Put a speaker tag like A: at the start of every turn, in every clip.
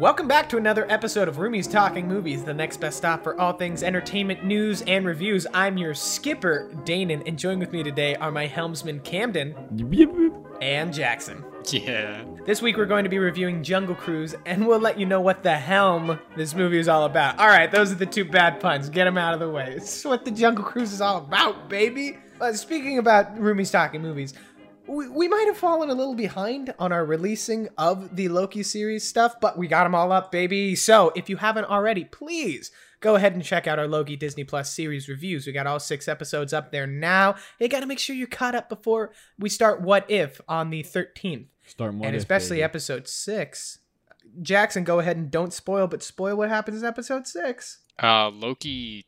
A: Welcome back to another episode of Roomies Talking Movies, the next best stop for all things entertainment, news, and reviews. I'm your skipper, Danon, and joined with me today are my helmsman, Camden, and Jackson.
B: Yeah.
A: This week we're going to be reviewing Jungle Cruise, and we'll let you know what the helm this movie is all about. All right, those are the two bad puns. Get them out of the way. It's what the Jungle Cruise is all about, baby. Uh, speaking about Roomies Talking Movies, we, we might have fallen a little behind on our releasing of the Loki series stuff, but we got them all up, baby. So if you haven't already, please go ahead and check out our Loki Disney Plus series reviews. We got all six episodes up there now. You got to make sure you're caught up before we start What If on the 13th
C: Start more.
A: and especially episode six. Jackson, go ahead and don't spoil, but spoil what happens in episode six.
B: Uh, Loki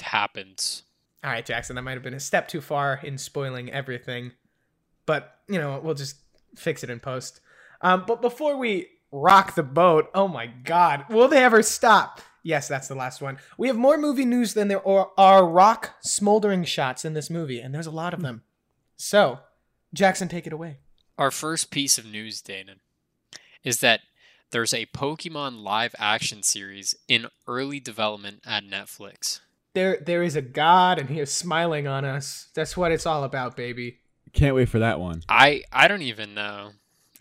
B: happens.
A: All right, Jackson, that might have been a step too far in spoiling everything, but you know we'll just fix it in post. Um, but before we rock the boat, oh my God, will they ever stop? Yes, that's the last one. We have more movie news than there are- are rock smoldering shots in this movie, and there's a lot of them. So, Jackson, take it away.
B: Our first piece of news, Danon, is that there's a Pokemon live action series in early development at Netflix.
A: there there is a god and he is smiling on us that's what it's all about baby
C: Can't wait for that one.
B: I I don't even know.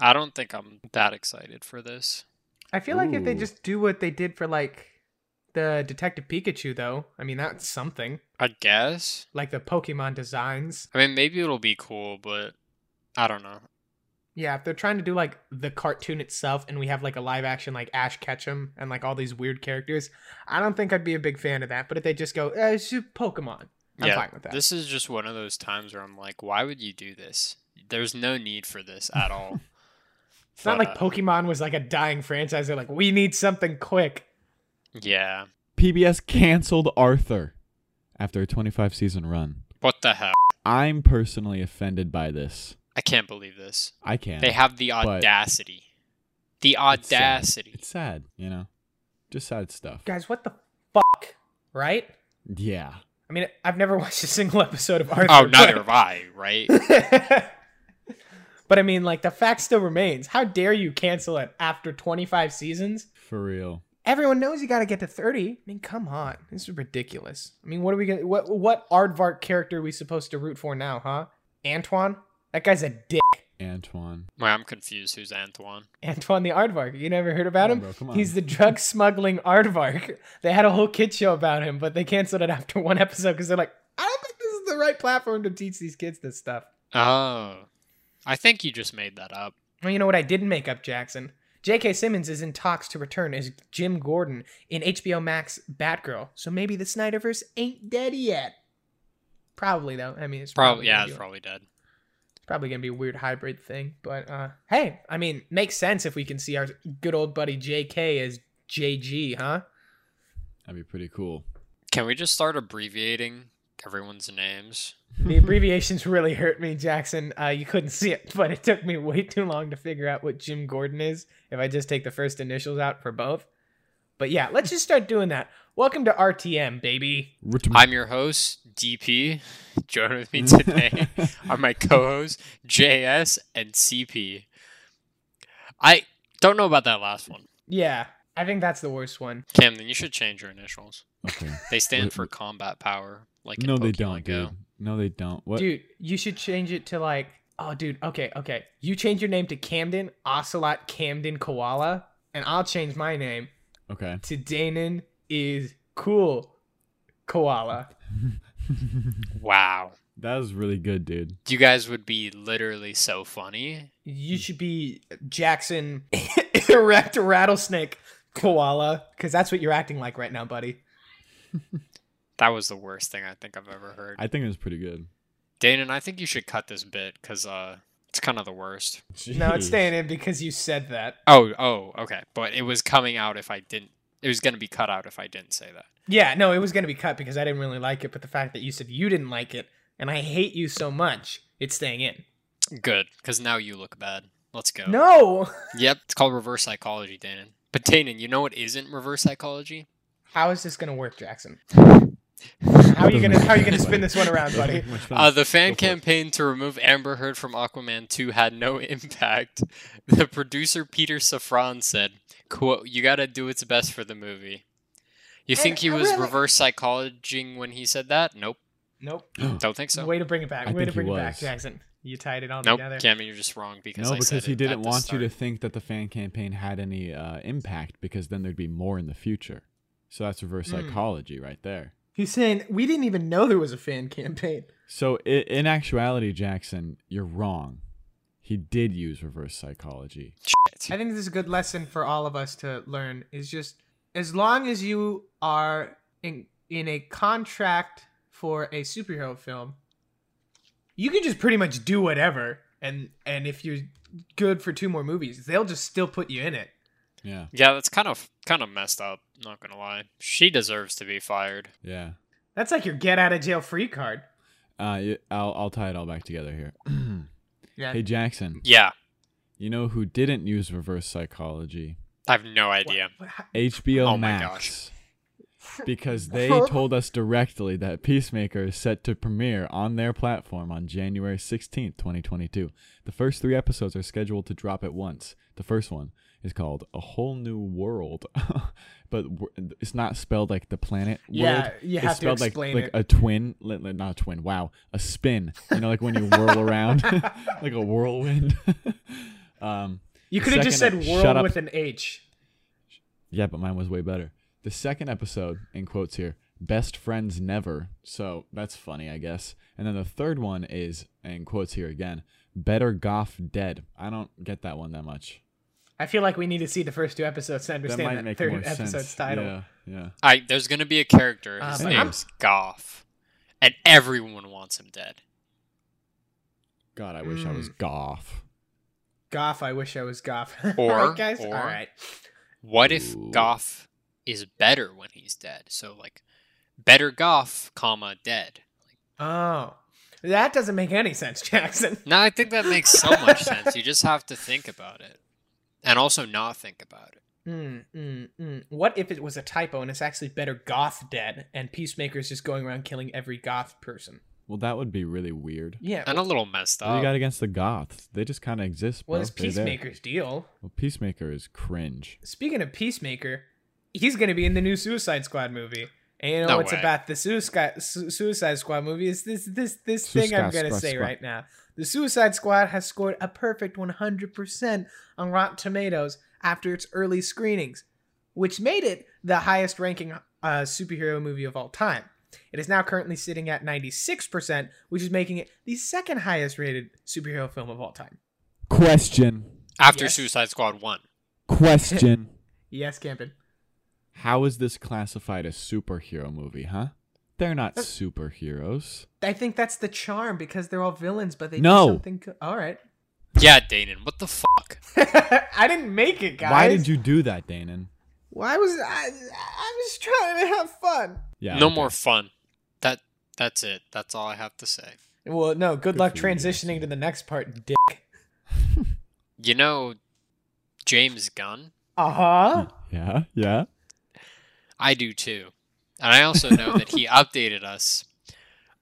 B: I don't think I'm that excited for this.
A: i feel like if they
C: Ooh.
A: just do what they did for like the detective pikachu though i mean that's something
B: I guess.
A: like the pokemon designs
B: I mean, maybe it'll be cool, but I don't know.
A: yeah if they're trying to do like the cartoon itself and we have like a live action like ash ketchum and like all these weird characters i don't think i'd be a big fan of that but if they just go eh, it's just pokemon i'm
B: yeah,
A: fine with that
B: this is just one of those times where I'm like, why would you do this? There's no need for this at all.
A: it's not
B: But,
A: like
B: uh,
A: pokemon was like a dying franchise they're like we need something quick
B: uh, Yeah.
C: PBS canceled Arthur after a 25 season run.
B: What the hell?
C: I'm personally offended by this.
B: I can't believe this.
C: I can't.
B: They have the
C: but-
B: audacity. The
C: It's sad.
B: audacity.
C: It's sad, you know. Just sad stuff.
A: guys what the fuck right
C: Yeah.
A: I mean, I've never watched a single episode of Arthur.
B: oh, neither have I, right?
A: but... but I mean, like the fact still remains. How dare you cancel it after 25 seasons?
C: For real.
A: Everyone knows you got to get to 30. I mean, come on, this is ridiculous. I mean, what are we gonna what what Aardvark character are we supposed to root for now, huh? Antoine? That guy's a dick.
C: Antoine.
B: Wait, I'm confused. Who's Antoine?
A: Antoine the Aardvark. You never heard about
C: Yeah,
A: him?
C: bro, come on.
A: He's the drug smuggling Aardvark. They had a whole kid show about him, but they canceled it after one episode because they're like, I don't think this is the right platform to teach these kids this stuff.
B: Oh. I think you just made that up.
A: Well, you know what I didn't make up, Jackson? J.K. Simmons is in talks to return as Jim Gordon in HBO Max Batgirl, so maybe the Snyderverse ain't dead yet. Probably though. I mean, it's
B: Probably, yeah,
A: gonna
B: it's
A: be-
B: probably dead.
A: it's probably gonna be a weird hybrid thing. But uh, hey, I mean, makes sense if we can see our good old buddy J.K. as J.G. Huh?
C: That'd be pretty cool.
B: Can we just start abbreviating everyone's names?
A: The abbreviations really hurt me, Jackson. Uh, you couldn't see it, but it took me way too long to figure out what Jim Gordon is if I just take the first initials out for both. But yeah, let's just start doing that. Welcome to RTM, baby.
C: Rit-
B: I'm your host, DP. Join with me today are my co hosts, JS and CP. I don't know about that last one.
A: Yeah, I think that's the worst one.
B: Camden, you should change your initials.
C: okay.
B: They stand
C: Wait,
B: for
C: wait.
B: combat power. Like in
C: No, they
B: Pokemon
C: don't,
B: Go.
C: dude. No, they don't. What?
A: Dude, you should change it to like, oh, dude, okay, okay. You change your name to Camden, Ocelot Camden Koala, and I'll change my name
C: Okay.
A: to Danon is cool Koala.
B: Wow.
C: that was really good, dude.
B: You guys would be literally so funny.
A: You should be Jackson erect rattlesnake koala because that's what you're acting like right now, buddy.
B: That was the worst thing I think I've ever heard.
C: I think it was pretty good.
B: Dana, I think you should cut this bit because uh, it's kind of the worst.
A: No, it's
C: Jeez.
A: staying in because you said that.
B: Oh, oh, okay. But it was coming out if I didn't. It was going to be cut out if I didn't say that.
A: Yeah, no, it was gonna be cut because I didn't really like it, but the fact that you said you didn't like it and I hate you so much, it's staying in.
B: Good, because now you look bad. Let's go.
A: No,
B: Yep, it's called reverse psychology, Danon. But Danon, you know what isn't reverse psychology?
A: how is this gonna work, Jackson? How are you gonna How are you gonna spin this one around, buddy?
C: Much fun.
B: Uh, the fan
C: Go for it.
B: campaign to remove Amber Heard from Aquaman 2 had no impact. The producer Peter Safran said, quote, You gotta do what's best for the movie. You
A: And
B: think he
A: I
B: was
A: really-
B: reverse psychologizing when he said that? Nope.
A: Nope.
B: Don't think so.
A: Way to bring it back.
C: I
A: Way to
C: think he
A: bring it back,
C: was.
A: Jackson. You tied it all
B: nope.
A: together.
B: Cammy, you're just wrong because
C: no,
B: I said
C: because he
B: it at
C: didn't
B: the
C: want you to
B: start.
C: think that the fan campaign had any uh, impact because then there'd be more in the future. So that's
B: Hmm.
C: reverse
A: Mm.
C: psychology right there.
A: He's saying we didn't even know there was a fan campaign.
C: So i in actuality, Jackson, you're wrong. He did use reverse psychology.
A: I think this is a good lesson for all of us to learn. Is just as long as you are in in a contract for a superhero film, you can just pretty much do whatever. And and if you're good for two more movies, they'll just still put you in it.
C: Yeah,
B: Yeah, that's kind of kind of messed up, not gonna lie. She deserves to be fired.
C: yeah.
A: That's like your get out of jail free card.
C: Uh, y- I'll I'll tie it all back together here.
A: Yeah.
C: hey Jackson,
B: Yeah,
C: you know who didn't use reverse psychology?
B: I have no
A: What-
B: idea.
A: what hap-
C: HBO
B: Oh my
C: Max. Because they told us directly that Peacemaker is set to premiere on their platform on January 16th, 2022. The first three episodes are scheduled to drop at once. The first one is called A Whole New World, but w- it's not spelled like the planet.
A: Yeah,
C: world.
A: you
C: it's
A: have to
C: spelled like,
A: explain
C: like
A: it.
C: a twin, li- li- not a twin, wow, a spin. You know, like when you whirl around, like a whirlwind. um,
A: You could have just said
C: Second- shut
A: world
C: up.
A: with an H.
C: yeah, but mine was way better. The second episode, in quotes here, best friends never. So that's funny, I guess. And then the third one is, in quotes here again, better goff dead. I don't get that one that much.
A: I feel like we need to see the first two episodes to
C: That
A: understand
C: might
A: that,
C: make
A: third
C: more
A: episode's
C: sense.
A: title.
C: Yeah, yeah.
B: I there's gonna be a character. His
C: Um,
A: Uh, but I'm-
B: name's Goff, and everyone wants him dead.
C: God, I wish I
A: Mm.
C: was goff.
A: Goff, I wish I was Goff.
B: Or-
A: Alright, guys,
B: or-
A: all right.
B: What if
C: Ooh.
B: Goff is better when he's dead? So like, better Goff, comma dead.
A: Oh, that doesn't make any sense, Jackson.
B: Now I think that makes so much sense. You just have to think about it, and also not think about it.
A: Mm, mm, mm. What if it was a typo and it's actually better Goth dead, and Peacemaker's just going around killing every Goth person?
C: Well, that would be really weird.
A: Yeah.
B: And a little messed
C: What do
B: up.
C: you got against the goths? They just kind of exist.
A: well,
C: bro.
A: it's
C: They're there.
A: Peacemaker's deal.
C: Well, Peacemaker is cringe.
A: Speaking of Peacemaker, he's going to be in the new Suicide Squad movie. And you know
B: No
A: what's
B: way.
A: about the Suicide Su- Suicide Squad movie is this this this thing I'm
C: Suicide
A: going to
C: Squad-
A: say
C: Squad.
A: right now. The Suicide Squad has scored a perfect 100% on Rotten Tomatoes after its early screenings, which made it the highest ranking uh, superhero movie of all time. It is now currently sitting at 96%, which is making it the second highest rated superhero film of all time.
C: Question.
B: After
A: Yes.
B: Suicide Squad one,
C: Question.
A: Yes, Campin.
C: How is this classified a superhero movie, huh? They're not superheroes.
A: I think that's the charm because they're all villains, but they
C: No.
A: do something. Co- all right,
B: yeah, Danon, what the fuck?
A: I didn't make it, guys.
C: Why did you do that, Danon?
A: Why was I? I was trying to have fun.
C: Yeah.
B: no
C: okay.
B: more fun. That that's it. That's all I have to say.
A: Well, no. Good, luck
C: for you,
A: transitioning to the next part, dick.
B: You know, James Gunn.
A: Uh huh.
C: Hmm. Yeah, yeah.
B: I do too, and I also know that he updated us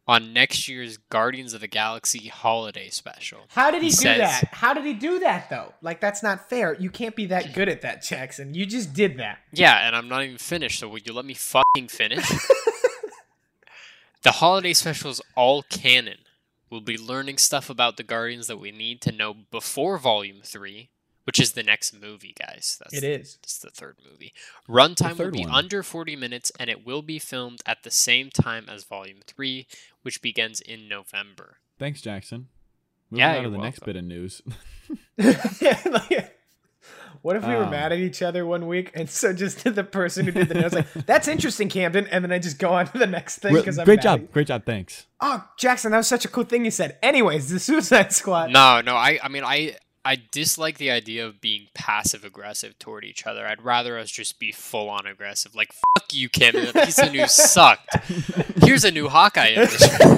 B: on next year's Guardians of the Galaxy holiday special.
A: How did he,
B: He
A: do
B: says-
A: that? How did he do that though? Like that's not fair. You can't be that good at that, Jackson. You just did that.
B: Yeah, and I'm not even finished, so would you let me fucking finish? the holiday special is all canon. We'll be learning stuff about the Guardians that we need to know before Volume 3, which is the next movie, guys. That's
A: It is.
B: It's the third movie. Runtime will
C: third
B: be
C: one.
B: under 40 minutes, and it will be filmed at the same time as Volume 3, which begins in November.
C: Thanks, Jackson. Moving
B: Yeah,
C: on to
B: you're
C: the next
B: welcome.
C: bit of news.
A: Yeah, like- what if we were
C: Um.
A: mad at each other one week, and so just the person who did the notes like, "That's interesting, Camden," and then I just go on to the next thing
C: Re-
A: because I'm
C: great
A: mad at
C: job, great job. Thanks.
A: Oh, Jackson, that was such a cool thing you said. Anyways, the Suicide Squad.
B: No, no, I, I mean, I, I dislike the idea of being passive aggressive toward each other. I'd rather us just be full on aggressive. Like, fuck you, Camden. That piece of news sucked. Here's a new Hawkeye edition.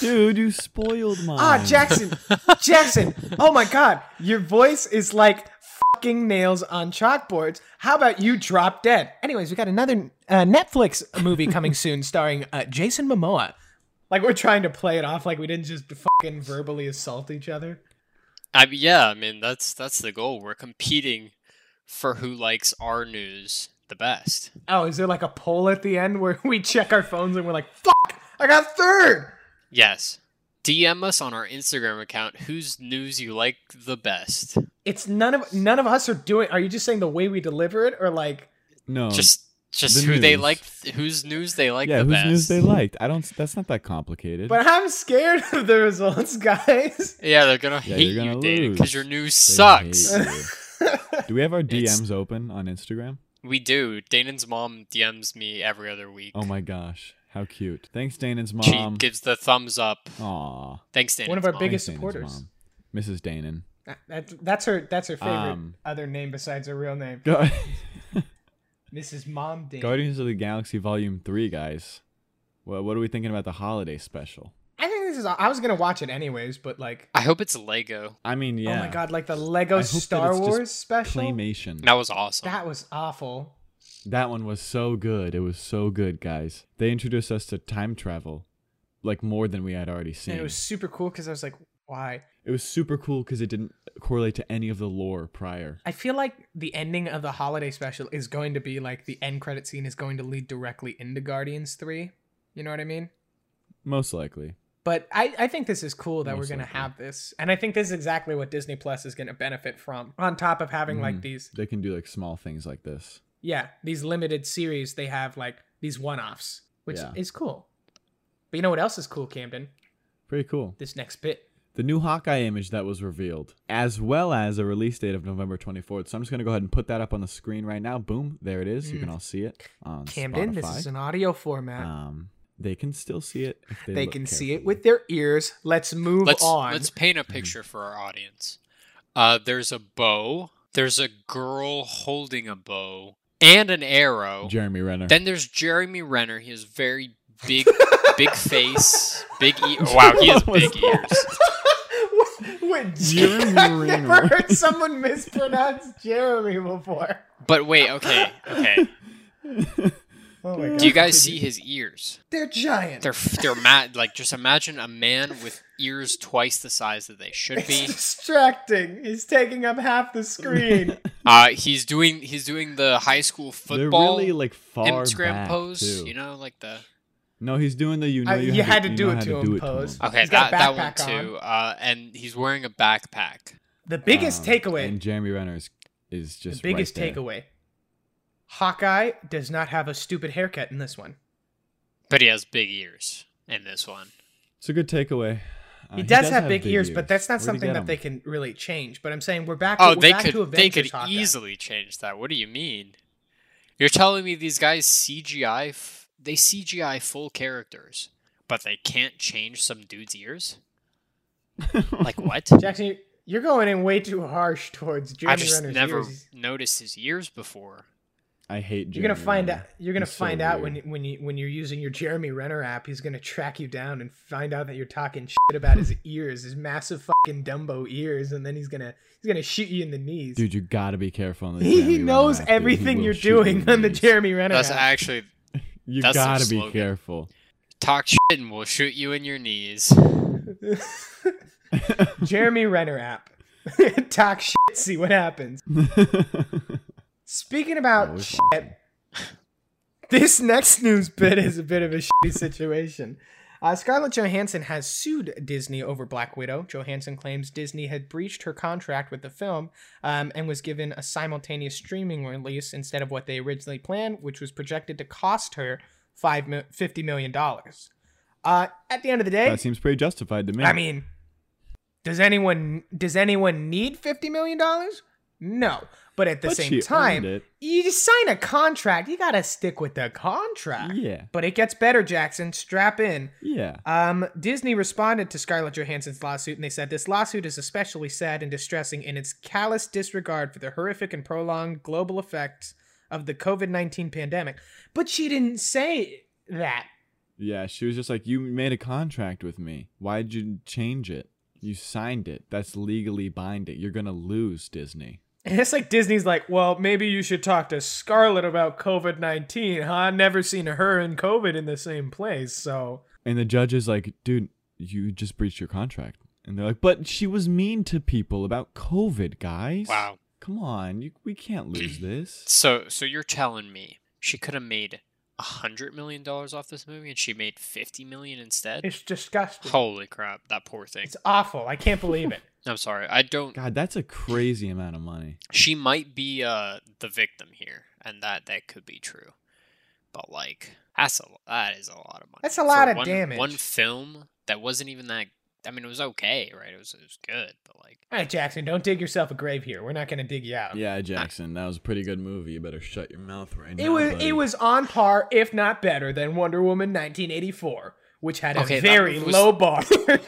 C: Dude, you spoiled mine.
A: Ah, Jackson, Jackson. Oh my God, your voice is like "fuck fucking nails on chalkboards. How about you drop dead? Anyways, we got another uh, Netflix movie coming soon starring uh, Jason Momoa. Like we're trying to play it off like we didn't just fucking verbally assault each other.
B: I mean, yeah, I mean that's that's the goal. We're competing for who likes our news the best.
A: Oh, is there like a poll at the end where we check our phones and we're like, "Fuck, I got third.
B: Yes. DM us on our Instagram account whose news you like the best.
C: Um,
A: It's none of none of us are doing. Are you just saying the way we deliver it, or like
C: No.
B: just just
C: the
B: who they
C: news.
B: like, whose news they like
C: yeah,
B: the
C: whose
B: best.
C: news they liked. I don't. That's not that complicated.
A: But I'm scared of the results, guys.
B: yeah, they're gonna
C: Yeah,
B: hate
C: you're gonna
B: you, David,
C: lose.
B: because your news
C: They
B: sucks.
C: hate you. Do we have our
B: It's-
C: DMs open on Instagram?
B: We do. Danon's mom DMs me every other week.
C: Oh my gosh, how cute! Thanks, Danon's
B: She
C: mom.
B: gives the thumbs up.
C: Aw,
B: Thanks, Danon's
A: One of our
B: mom.
A: biggest-
C: thanks, Danon's
A: supporters.
C: mom. Mrs. Danon.
A: That- That, that's her. That's her favorite
C: Um.
A: other name besides her real name,
C: Gu-
A: Mrs. Mom Dane.
C: Guardians of the Galaxy Volume Three, guys. What What are we thinking about the holiday special?
A: I think this is. I was gonna watch it anyways, but like,
B: I hope it's Lego.
C: I mean, yeah.
A: oh my god, like the
C: I
A: Lego
C: hope that
A: Star
C: it's just
A: Wars special.
C: Claymation.
B: That was awesome.
A: That was awful.
C: That one was so good. It was so good, guys. They introduced us to time travel, like more than we had already seen.
A: And it was super cool because I was like, why?
C: It was super cool because it didn't correlate to any of the lore prior.
A: I feel like the ending of the holiday special is going to be like the end credit scene is going to lead directly into Guardians Three. You know what I mean?
C: Most likely.
A: But I, I think this is cool that
C: Most
A: we're going to
C: likely.
A: have this. And I think this is exactly what Disney Plus is going to benefit from. On top of having like
C: Mhm.
A: these,
C: They can do like small things like this.
A: yeah, these limited series, they have like these one offs, which
C: Yeah.
A: is cool. But you know what else is cool, Camden?
C: Pretty cool.
A: This next bit.
C: The new Hawkeye image that was revealed, as well as a release date of November 24th. So I'm just going to go ahead and put that up on the screen right now. Boom, there it is. You can all see it on
A: Camden, Mm.
C: Spotify.
A: this is an audio format.
C: um, they can still see it. If they
A: they
C: look
A: can see it
C: carefully.
A: with their ears. Let's move
B: let's
A: on.
B: let's paint a picture for our audience. Uh, there's a bow. There's a girl holding a bow and an arrow.
C: Jeremy Renner.
B: Then there's Jeremy Renner. He has very big, big face, big ears. Wow, he has
C: What was
B: big ears.
A: Wait,
C: Jeremy
A: I've never
C: Renner.
A: heard someone mispronounce Jeremy before.
B: But wait, okay, okay.
A: Oh my god.
B: Do you guys see his ears?
A: They're giant.
B: They're they're mad. Like just imagine a man with ears twice the size that they should
A: it's
B: be.
A: distracting. He's taking up half the screen.
B: Uh, he's doing he's doing the high school
C: They're
B: football
C: really like far
B: Instagram
C: back,
B: pose.
C: too.
B: You know, like the
C: No, he's doing the you know
A: I-
C: you,
A: you had
C: had, to,
A: to
C: you
A: do
C: know
A: it
C: how
A: to him
C: do it
A: pose.
C: To him.
B: okay
A: Oh, He's got
B: that
A: a
B: that one
A: backpack on.
B: too. Uh, and he's wearing a backpack.
A: the biggest
C: Um,
A: takeaway.
C: And Jeremy Renner is, is
A: The
C: just
A: biggest
C: right there.
A: takeaway. Hawkeye does not have a stupid haircut in this one.
B: But he has big ears in this one.
C: It's a good takeaway. Uh,
A: He does, have, big, ears, but that's
C: Where'd
A: not
C: he
A: something
C: get
A: that
C: 'em?
A: they can really change. But I'm saying we're back.
B: Oh,
A: we're
B: they
A: back to
B: could
A: Avengers
B: they could
A: Hawkeye.
B: easily change that. What do you mean? You're telling me these guys CGI f- they CGI full characters, but they can't change some dude's ears? like what?
A: Jackson, you- you're going in way too harsh towards Jeremy
B: I've just
A: Renner's
B: never
A: ears.
B: noticed his ears before.
C: I hate.
A: You're gonna
C: Jeremy
A: find
C: Renner.
A: out. You're gonna
C: He's so
A: find out when
C: weird.
A: you- when you when you're using your Jeremy Renner app. He's gonna track you down and find out that you're talking shit about his ears, his massive fucking Dumbo ears, and then he's gonna he's gonna shoot you in the knees.
C: Dude, you gotta be careful. On the
A: he,
C: Jeremy
A: he
C: Renner
A: knows
C: app, dude. He
A: everything
C: will
A: you're
C: shoot you in
A: doing on the
C: knees.
A: Jeremy Renner
B: That's
A: app.
B: actually
C: You
B: That's their
C: gotta be
B: slogan.
C: careful.
B: talk shit and we'll shoot you in your knees.
A: Jeremy Renner app. Talk shit, see what happens. Speaking about
C: Always
A: shit, this next news bit is a bit of a shitty situation. Uh, Scarlett Johansson has sued Disney over Black Widow. Johansson claims Disney had breached her contract with the film um, and was given a simultaneous streaming release instead of what they originally planned, which was projected to cost her five mi- $50 million. Uh, at the end of the day,
C: That seems pretty justified to me.
A: I mean, does anyone does anyone need fifty million dollars? No, but at the
C: But she
A: same
C: earned
A: time,
C: it.
A: you just sign a contract. You gotta stick with the contract.
C: Yeah.
A: But it gets better, Jackson. Strap in.
C: yeah.
A: Um, Disney responded to Scarlett Johansson's lawsuit, and they said this lawsuit is especially sad and distressing in its callous disregard for the horrific and prolonged global effects of the COVID nineteen pandemic. But she didn't say that.
C: Yeah, she was just like, "You made a contract with me. Why'd you change it? You signed it. That's legally binding. You're gonna lose, Disney."
A: And it's like Disney's like, well, maybe you should talk to Scarlett about COVID 19, huh? I've never seen her and COVID in the same place. So,
C: And the judge is like, dude, you just breached your contract. And they're like, but she was mean to people about COVID, guys.
B: Wow.
C: Come on, you, we can't lose this.
B: So so you're telling me she could have made a hundred million dollars off this movie and she made fifty million instead?
A: it's disgusting.
B: Holy crap, that poor thing.
A: It's awful. I can't believe it.
B: I'm sorry. I don't
C: God, that's a crazy amount of money.
B: she might be uh the victim here, and that that could be true. But like that's a that is a lot of money.
A: That's a lot
B: For
A: of
B: one,
A: damage.
B: One film that wasn't even that I mean it was okay, right? It was it was good, but like
A: All right, Jackson, don't dig yourself a grave here. We're not going to dig you out.
C: Yeah, Jackson, that was a pretty good movie. You better shut your mouth right now.
A: It was
C: buddy.
A: it was on par, if not better, than Wonder Woman 1984, which had a
B: Okay, that
A: very
B: was-
A: low bar.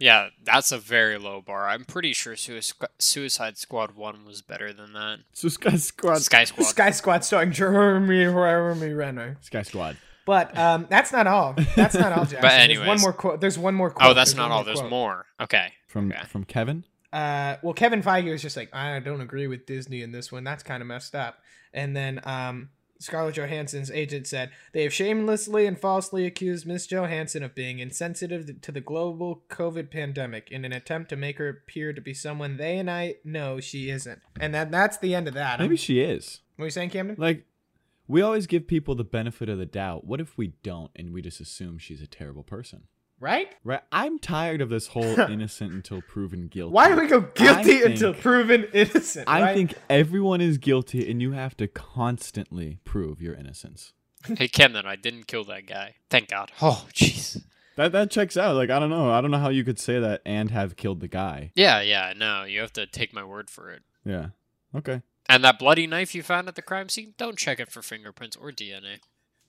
B: Yeah, that's a very low bar. I'm pretty sure Suic- Suicide Squad 1 was better than that.
C: So Sky Squad.
B: Sky Squad.
A: Sky Squad starring Jeremy Jeremy Renner.
C: Sky Squad.
A: But um, that's not all. That's not all, Jackson. there's one
B: anyways.
A: more quote. There's one more quote.
B: oh, that's
A: There's
B: not
A: one
B: all. There's
A: quote.
B: more. Okay.
C: From
B: Okay.
C: from Kevin.
A: Uh, well, Kevin Feige was just like, I don't agree with Disney in this one. That's kind of messed up. And then um, Scarlett Johansson's agent said they have shamelessly and falsely accused Miss Johansson of being insensitive to the global COVID pandemic in an attempt to make her appear to be someone they and I know she isn't. And that that's the end of that.
C: Maybe she is.
A: what were you saying, Camden?
C: Like, we always give people the benefit of the doubt. What if we don't and we just assume she's a terrible person?
A: Right?
C: Right? I'm tired of this whole innocent until proven guilty.
A: Why do we go guilty
C: think-
A: until proven innocent?
C: I
A: right?
C: think everyone is guilty and you have to constantly prove your innocence.
B: Hey, Camden, I didn't kill that guy. Thank God. Oh, jeez.
C: That that checks out. Like I don't know. I don't know how you could say that and have killed the guy.
B: Yeah, yeah, no. You have to take my word for it.
C: Yeah. Okay.
B: And that bloody knife you found at the crime scene, don't check it for fingerprints or DNA.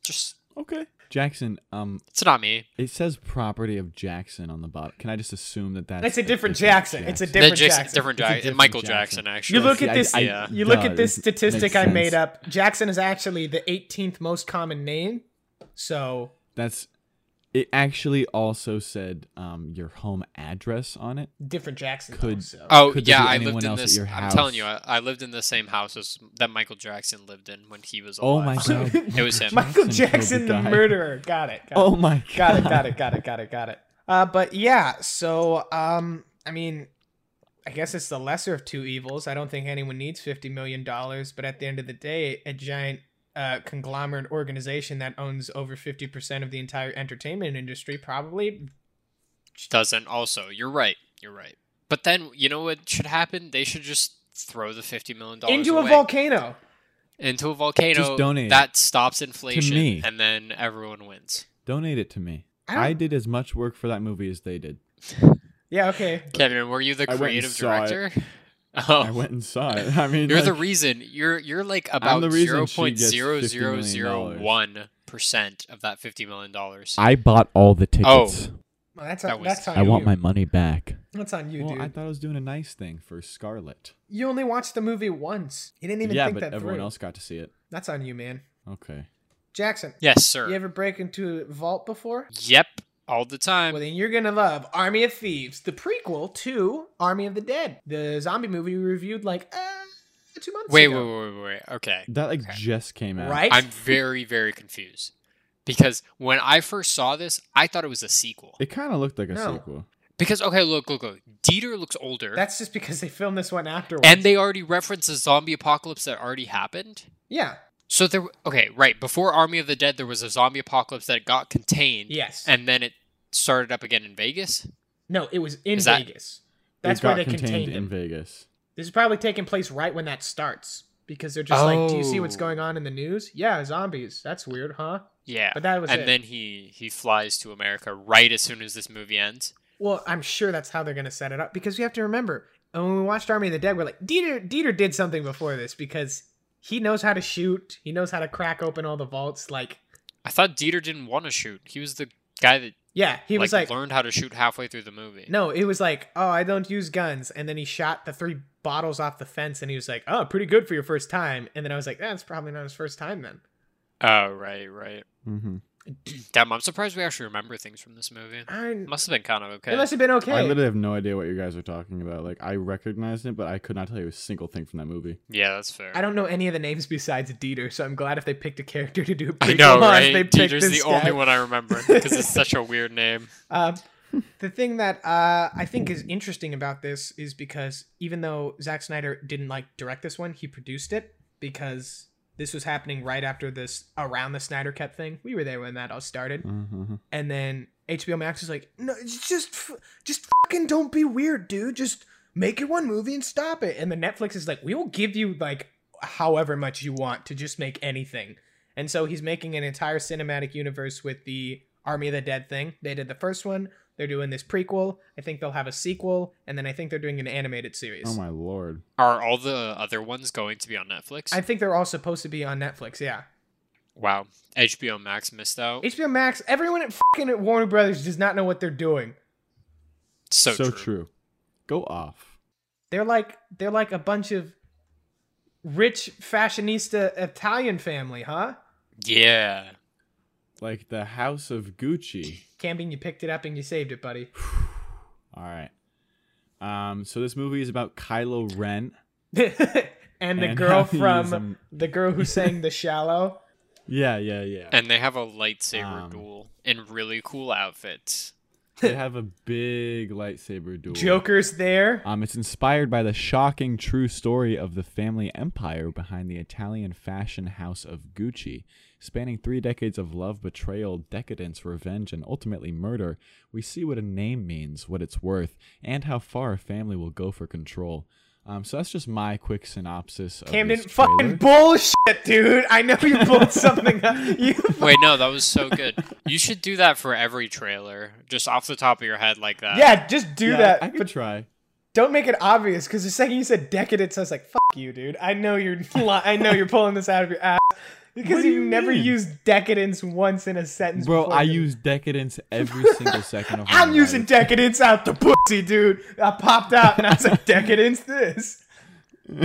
B: Just,
C: Okay. Jackson, um
B: it's not me.
C: it says property of Jackson on the bottom. Can I just assume that that's
A: It's a different Jackson. It's a different
B: Jackson-
A: Jackson.
B: Different
C: It's a
B: Jack-
C: different
B: Michael
C: Jackson.
B: Jackson, actually.
A: You look
C: Yeah,
A: at
C: I-
A: this.
C: I-
B: yeah.
A: You look
C: duh,
A: at this
C: it makes
A: statistic I made
C: sense.
A: up. Jackson is actually the 18th most common name. So
C: That's it actually also said um your home address on it.
A: different Jackson.
C: Could-
A: though, so.
B: Oh
C: Could there
B: yeah,
C: be
B: I
C: anyone
B: lived in
C: else at
B: this.
C: your
B: I'm telling you, I,
C: house?
B: I lived in the same house as that Michael Jackson lived in when he was
C: Oh
B: alive.
C: my god.
B: It was him.
A: Michael
C: killed
A: Jackson, the
C: guy.
A: murderer. Got it. Got
C: Oh
A: it.
C: my god.
A: Got it. Got it. Got it. Got it. Got it. Uh, but yeah. So um, I mean, I guess it's the lesser of two evils. I don't think anyone needs 50 million dollars, but at the end of the day, a giant. Uh, conglomerate organization that owns over 50% of the entire entertainment industry probably
B: doesn't also you're right you're right but then you know what should happen they should just throw the 50 million dollars
A: into a volcano
B: into a volcano
C: Just donate it.
B: that stops inflation
C: me.
B: and then everyone wins
C: Donate it to me.
A: I don't-
C: I, did as much work for that movie as they did.
A: yeah okay
B: kevin were you the
C: I went and
B: creative
C: saw it.
B: director
C: I
B: oh
C: went and saw it. I mean,
B: you're the
C: like,
B: reason you're you're like about
C: the reason she gets
B: .0001 percent of that 50 million dollars
C: I bought all the tickets.
B: Oh.
A: Well, that's
B: That
A: on,
B: was-
A: that's on
C: I want
A: you.
C: my money back.
A: That's on you,
C: well,
A: dude.
C: I thought I was doing a nice thing for Scarlet.
A: you only watched the movie once. You didn't even
C: yeah,
A: think
C: but
A: that
C: everyone
A: through.
C: else got to see it.
A: That's on you, man.
C: Okay.
A: Jackson,
B: yes sir
A: you ever break into a vault before?
B: yep all the time
A: Well, then you're gonna love Army of Thieves, the prequel to Army of the Dead, the zombie movie we reviewed like uh, two months
B: wait wait
A: ago.
B: wait wait wait okay
C: That like
B: Okay.
C: just came out.
A: Right?
B: I'm very, very confused because when I first saw this, I thought it was a sequel.
C: It kind of looked like a
A: No.
C: sequel.
B: Because okay, look, look, look. Dieter looks older,
A: That's just because they filmed this one afterwards.
B: and they already reference a zombie apocalypse that already happened.
A: yeah,
B: So there, okay, right before Army of the Dead, there was a zombie apocalypse that got contained,
A: yes,
B: and then it started up again in Vegas.
A: no, it was in
B: Is that-
A: Vegas. That's
C: it
A: where
C: got
A: they
C: contained,
A: contained
C: in
A: him.
C: Vegas.
A: This is probably taking place right when that starts because they're just like, "Do you see what's
B: Oh.
A: going on in the news? Yeah, zombies. That's weird, huh?"
B: Yeah,
A: But that was
B: and
A: it.
B: then he he flies to America right as soon as this movie ends.
A: Well, I'm sure that's how they're going to set it up because we have to remember when we watched Army of the Dead, we're like Dieter. Dieter did something before this because he knows how to shoot. He knows how to crack open all the vaults. Like,
B: I thought Dieter didn't want to shoot. He was the guy that
A: yeah, he was like,
B: learned how to shoot halfway through the movie.
A: no, it was like, oh, I don't use guns, and then he shot the three bottles off the fence, and he was like, oh, pretty good for your first time. And then I was like, that's probably not his first time then.
B: Oh right, right.
C: Mm-hmm.
B: Damn, I'm surprised we actually remember things from this movie.
A: I,
B: Must have been kind of
A: it
B: okay.
A: must have been
C: I
A: okay.
C: literally have no idea what you guys are talking about. Like I recognized it, but I could not tell you a single thing from that movie.
B: yeah, that's fair.
A: I don't know any of the names besides Dieter, so I'm glad if they picked a character to do a
B: I
A: prequel
B: know,
A: on,
B: right?
A: They picked
B: Dieter's
A: this
B: the only
A: guy.
B: one I remember because it's such a weird name.
A: Um, the thing that uh, I think is interesting about this is because even though Zack Snyder didn't like direct this one, he produced it because this was happening right after this around the Snyder Cut thing. We were there when that all started,
C: Uh-huh.
A: and then HBO Max was like, "No, it's just f- just fucking don't be weird, dude. Just make your one movie and stop it." And the Netflix is like, "We will give you like however much you want to just make anything." And so he's making an entire cinematic universe with the Army of the Dead thing. They did the first one. They're doing this prequel. I think they'll have a sequel, and then I think they're doing an animated series.
C: Oh my lord!
B: Are all the other ones going to be on Netflix?
A: I think they're all supposed to be on Netflix. Yeah,
B: wow, HBO Max missed out.
A: HBO Max. Everyone at fucking at Warner Brothers does not know what they're doing.
B: so, true.
C: Go off.
A: They're like they're like a bunch of rich fashionista Italian family, huh?
B: Yeah,
C: Like the House of Gucci.
A: Camden, you picked it up and you saved it, buddy.
C: All right. Um. So this movie is about Kylo Ren
A: and the
C: and
A: girl
C: how he is
A: from
C: a-
A: the girl who sang "The Shallow."
C: yeah, yeah, yeah.
B: and they have a lightsaber
C: Um,
B: duel in really cool outfits.
C: they have a big lightsaber duel.
A: Joker's there.
C: Um, it's inspired by the shocking true story of the family empire behind the Italian fashion house of Gucci. Spanning three decades of love, betrayal, decadence, revenge, and ultimately murder, we see what a name means, what it's worth, and how far a family will go for control. Um, so that's just my quick synopsis. Of
A: Camden,
C: this
A: fucking
C: trailer.
A: bullshit, dude. I know you pulled something up. You
B: Wait, no, that was so good. You should do that for every trailer, just off the top of your head like that.
A: yeah, just do
C: Yeah,
A: that.
C: I could
A: but
C: try.
A: don't make it obvious, because the second you said decadence, I was like, "Fuck you, dude." I know you're. Li- I know you're pulling this out of your ass because
C: What do
A: you,
C: you
A: never
C: mean?
A: used decadence once in a sentence.
C: Bro,
A: before
C: I
A: this.
C: use decadence every single second of my
A: I'm using
C: life.
A: decadence out the pussy, dude. I popped out and I was like, decadence this.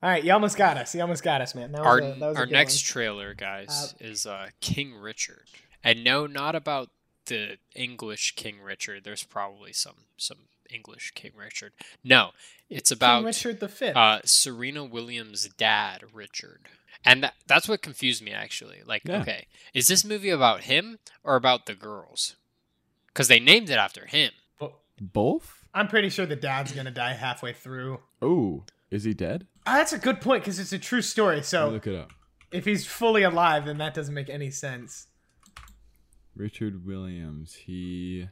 A: All right, you almost got us. You almost got us, man. That was
B: Our
A: a, that was a
B: our
A: good
B: next
A: one.
B: trailer, guys, is uh, King Richard, and no, not about the English King Richard. There's probably some some English King Richard. No, it's about
A: King Richard the Fifth.
B: uh, Serena Williams' dad, Richard. And that, that's what confused me, actually. Like,
C: Yeah.
B: okay, is this movie about him or about the girls? Because they named it after him.
C: both.
A: I'm pretty sure the dad's gonna die halfway through.
C: Oh, is he dead?
A: Ah, that's a good point because it's a true story.
C: Let me
A: So
C: Look it up.
A: if he's fully alive, then that doesn't make any sense.
C: Richard Williams. He.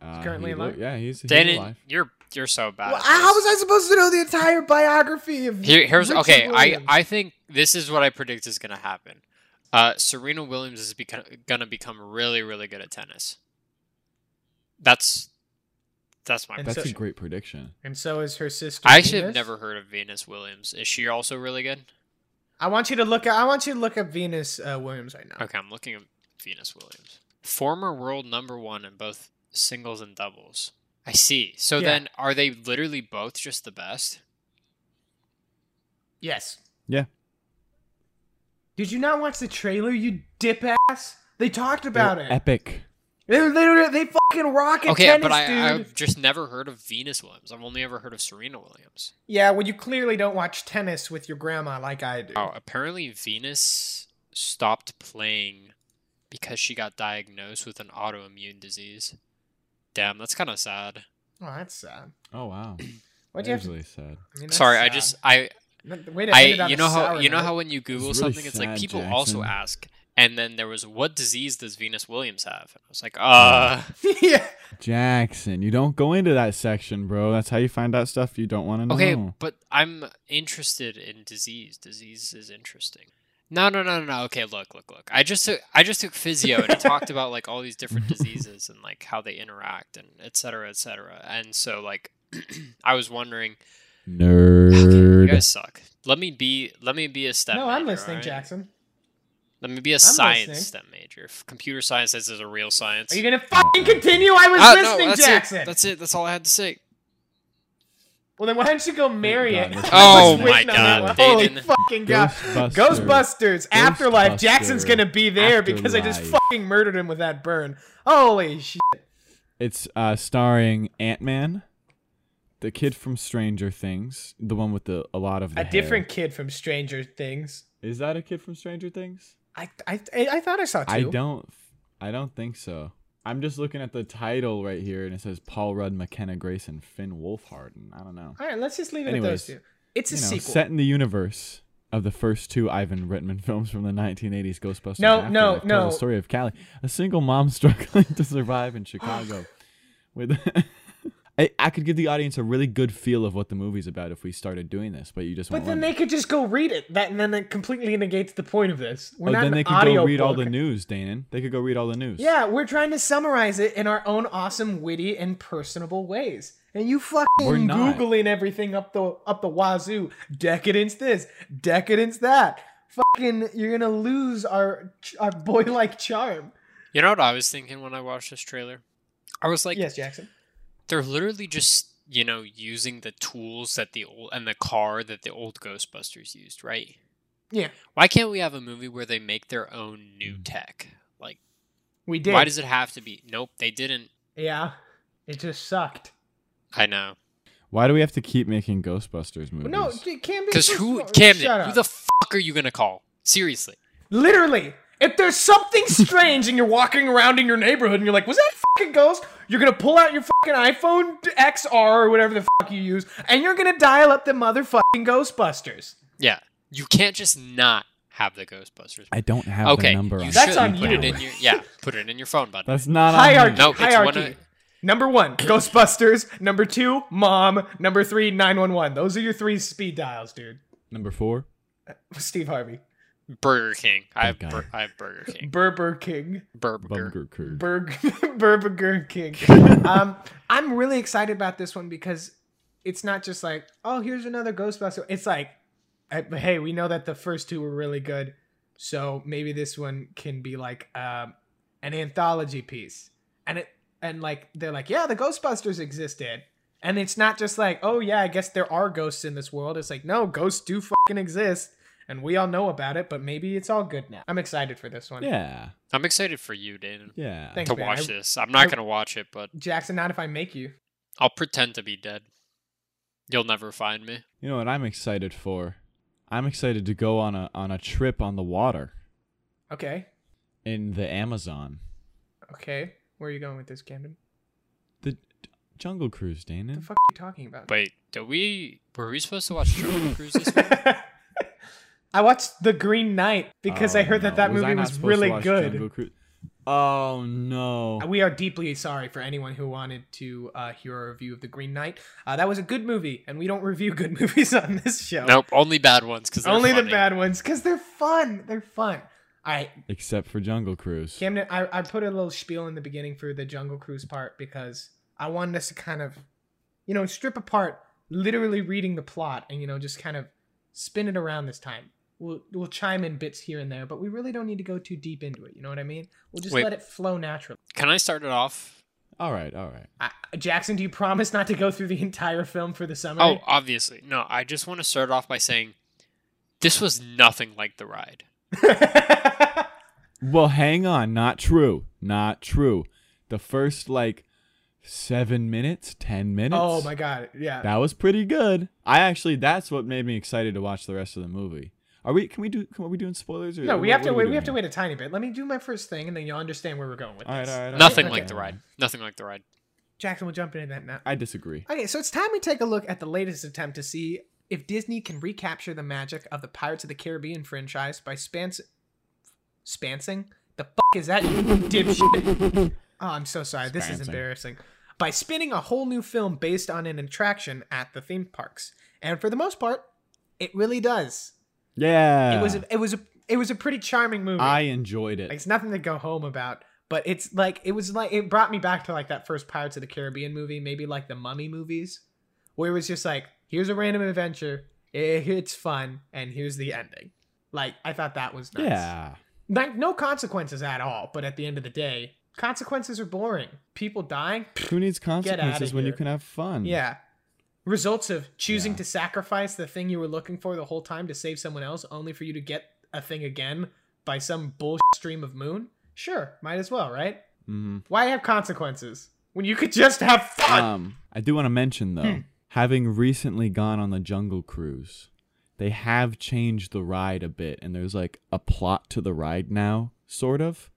C: Uh,
A: currently
C: he lo-
A: alive?
C: Yeah, he's, he's
B: Danny,
C: alive.
B: you're you're so bad.
A: Well,
B: at
A: how was
B: this.
A: I supposed to know the entire biography of
B: Here, here's
A: Richard
B: okay. I
A: Williams?
B: I think this is what I predict is gonna happen. Uh, Serena Williams is beco- gonna become really really good at tennis. That's that's my.
A: And
C: That's
A: so-
C: a great prediction.
A: and so is her sister.
B: I actually have
A: Venus.
B: never heard of Venus Williams. Is she also really good?
A: I want you to look. At, I want you to look up Venus uh, Williams right now.
B: Okay, I'm looking at Venus Williams. Former world number one in both singles and doubles. I see. So
A: Yeah.
B: then, are they literally both just the best?
A: Yes.
C: Yeah.
A: Did you not watch the trailer, you dip ass? They talked about
C: They're
A: it.
C: Epic.
A: they were literally they fucking rock at
B: okay,
A: tennis,
B: but I,
A: dude.
B: I've just never heard of Venus Williams. I've only ever heard of Serena Williams.
A: Yeah, well, you clearly don't watch tennis with your grandma like I do.
B: Oh, apparently Venus stopped playing because she got diagnosed with an autoimmune disease. Damn, that's kind of sad.
A: Oh, that's sad.
C: Oh wow.
A: What do
C: That
A: you
C: is
A: have? To,
C: really sad.
A: I mean, that's
B: Sorry, I
A: sad.
B: just I
A: No, Way to end it
B: I
A: on
B: you
A: a
B: know how
A: sour
B: you know
A: note.
B: how when you Google
C: really
B: something, it's like
C: sad,
B: people also
C: Jackson.
B: ask, and then there was what disease does Venus Williams have? And I was like, uh,
A: yeah.
C: Jackson, you don't go into that section, bro. That's how you find out stuff you don't want to know.
B: okay, but I'm interested in disease. Disease is interesting. No, no, no, no, no. Okay, look, look, look. I just took, I just took physio and it talked about like all these different diseases and like how they interact and et cetera, et cetera. And so like, I was wondering, okay, you
C: Nerd.
B: guys suck. Let me be, let me be a STEM.
A: No, I'm
B: major,
A: listening,
B: alright?
A: Jackson.
B: Let me be a
A: listening.
B: science STEM major. F- Computer science is is a real science.
A: Are you gonna fucking continue? I was
B: Ah, no,
A: listening,
B: that's
A: Jackson.
B: It. That's it. That's all I had to say.
A: Well, then why don't you go marry
C: Thank God,
A: it?
C: that's
A: I was
B: Oh my
A: waiting on that
B: God,
A: one.
B: they
A: Holy
B: didn't-
A: fucking god!
C: Ghostbusters.
A: Ghostbusters, Afterlife.
C: Ghostbuster,
A: Jackson's gonna be there because I just
C: Afterlife.
A: fucking murdered him with that burn. Holy shit!
C: It's uh, starring Ant Man, the kid from Stranger Things, the one with the a lot of the
A: A
C: hair.
A: different kid from Stranger Things.
C: Is that a kid from Stranger Things?
A: I I I I thought I saw two.
C: I don't. I don't think so. I'm just looking at the title right here, and it says Paul Rudd, McKenna Grayson, Finn Wolfhard, and I don't know.
A: All right, let's just leave it at those
C: Anyways,
A: two. It's a
C: you know,
A: sequel.
C: set in the universe of the first two Ivan Reitman films from the 1980s, Ghostbusters.
A: No, no,
C: Afterlife, tells
A: no.
C: The story of Callie, a single mom struggling to survive in Chicago. with, I, I could give the audience a really good feel of what the movie's about if we started doing this, but you just.
A: But
C: won't
A: then
C: let me.
A: they could just go read it, that, and then it completely negates the point of this. We're
C: Oh,
A: not
C: then
A: an
C: they could
A: audio
C: go read all
A: book.
C: the news, Danon. They could go read all the news.
A: Yeah, we're trying to summarize it in our own awesome, witty, and personable ways. And you fucking
C: We're not.
A: googling everything up the up the wazoo. Decadence this, decadence that. Fucking, you're gonna lose our our boy like charm.
B: You know what I was thinking when I watched this trailer? I was like,
A: yes, Jackson.
B: they're literally just you know using the tools that the old and the car that the old Ghostbusters used, right?
A: Yeah,
B: Why can't we have a movie where they make their own new
A: Mm.
B: tech? Like,
A: we did.
B: why does it have to be? Nope, they didn't.
A: yeah, it just sucked.
B: I know.
C: Why do we have to keep making Ghostbusters movies?
A: No, Camden.
B: Because who,
A: just- shut
B: Camden? Who
A: up.
B: the fuck are you gonna call? Seriously.
A: Literally, if there's something strange and you're walking around in your neighborhood and you're like, was that a fucking ghost? You're gonna pull out your fucking iPhone XR or whatever the fuck you use, and you're gonna dial up the motherfucking Ghostbusters.
B: Yeah, you can't just not have the Ghostbusters.
C: I don't have
B: okay,
C: the number.
B: you
C: on
B: should
A: That's
C: this
A: on
B: put
A: you.
B: it in your yeah, put it in your phone button.
C: That's not on
A: Hierarchy.
C: me.
B: No, it's
A: hierarchy.
B: one of-
A: Number one, Ghostbusters. Number two, Mom. Number three, 911. Those are your three speed dials, dude.
C: Number four.
A: Steve Harvey.
B: Burger King. I have
C: Thank
B: bur-
C: God.
B: I have Burger King.
A: Burger King.
B: Burger.
C: Bunker Crew.
A: Burg- Burger King. um, I'm really excited about this one because it's not just like, oh, here's another Ghostbuster. It's like, eh, hey, we know that the first two were really good, so maybe this one can be like um, an anthology piece. And it and like they're like, yeah, the Ghostbusters existed. And it's not just like, oh yeah, I guess there are ghosts in this world. It's like, no, ghosts do fucking exist, and we all know about it. But maybe it's all good now. I'm excited for this one.
C: Yeah,
B: I'm excited for you, Dana,
C: yeah.
A: Thank-
B: to
A: man.
B: watch
A: I-
B: this. I'm not
A: I-
B: gonna watch it, but
A: Jackson, not if I make you.
B: I'll pretend to be dead. You'll never find me.
C: You know what I'm excited for? I'm excited to go on a on a trip on the water
A: Okay.
C: in the Amazon.
A: Okay. Where are you going with this, Camden?
C: The Jungle Cruise,
A: What
C: Dana.
A: the fuck are you talking about?
B: Wait, do we were we supposed to watch Jungle Cruise this week?
A: I watched The Green Knight because I heard that that movie Oh, was really good. Uh,
C: Oh no!
A: We are deeply sorry for anyone who wanted to uh, hear our review of The Green Knight. Uh, that was a good movie, and we don't review good movies on this show.
B: Nope, only bad ones because
A: Only the bad ones because they're fun. They're fun. All right,
C: Except for Jungle Cruise.
A: Camden, I, I put a little spiel in the beginning for the Jungle Cruise part because I wanted us to kind of, you know, strip apart literally reading the plot and, you know, just kind of spin it around this time. We'll, we'll chime in bits here and there, but we really don't need to go too deep into it. You know what I mean? We'll just
B: Wait.
A: let it flow naturally.
B: Can I start it off?
C: All right, all right.
A: I, Jackson, do you promise not to go through the entire film for the summary?
B: Oh, obviously. No, I just want to start off by saying this was nothing like the ride.
C: Well, hang on. Not true. Not true. The first like seven minutes, ten minutes.
A: Oh my god. Yeah.
C: That was pretty good. I actually that's what made me excited to watch the rest of the movie. Are we can we do can, are we doing spoilers or
A: no, we
C: what-
A: have to
C: what are
A: wait. We
C: doing
A: have to
C: here?
A: wait a tiny bit. Let me do my first thing, and then you'll understand where we're going with
C: All right,
A: this.
C: all right, all right.
B: Nothing
A: okay.
B: like the ride. Nothing like the ride.
A: Jackson, we'll jump into that now.
C: I disagree.
A: Okay, so it's time we take a look at the latest attempt to see if Disney can recapture the magic of the Pirates of the Caribbean franchise by spans- spancing. The fuck is that, you dipshit? Oh, I'm so sorry. This is
C: Spancing.
A: embarrassing. By spinning a whole new film based on an attraction at the theme parks, and for the most part, it really does.
C: Yeah.
A: It was a, it was a, it was a pretty charming movie.
C: I enjoyed it.
A: Like, it's nothing to go home about, but it's like it was like it brought me back to like that first Pirates of the Caribbean movie, maybe like the Mummy movies, where it was just like, here's a random adventure, i- it's fun, and here's the ending. Like I thought that was nice.
C: Yeah.
A: Like no consequences at all, but at the end of the day, consequences are boring. People dying,
C: Who needs consequences when you
A: here.
C: can have fun?
A: yeah. results of choosing
C: Hmm. Yeah.
A: to sacrifice the thing you were looking for the whole time to save someone else only for you to get a thing again by some bullshit stream of moon sure might as well right
C: Mm-hmm.
A: why have consequences when you could just have fun
C: Um, I do want to mention though,
A: Hmm.
C: having recently gone on the Jungle Cruise, they have changed the ride a bit, and there's like a plot to the ride now, sort of,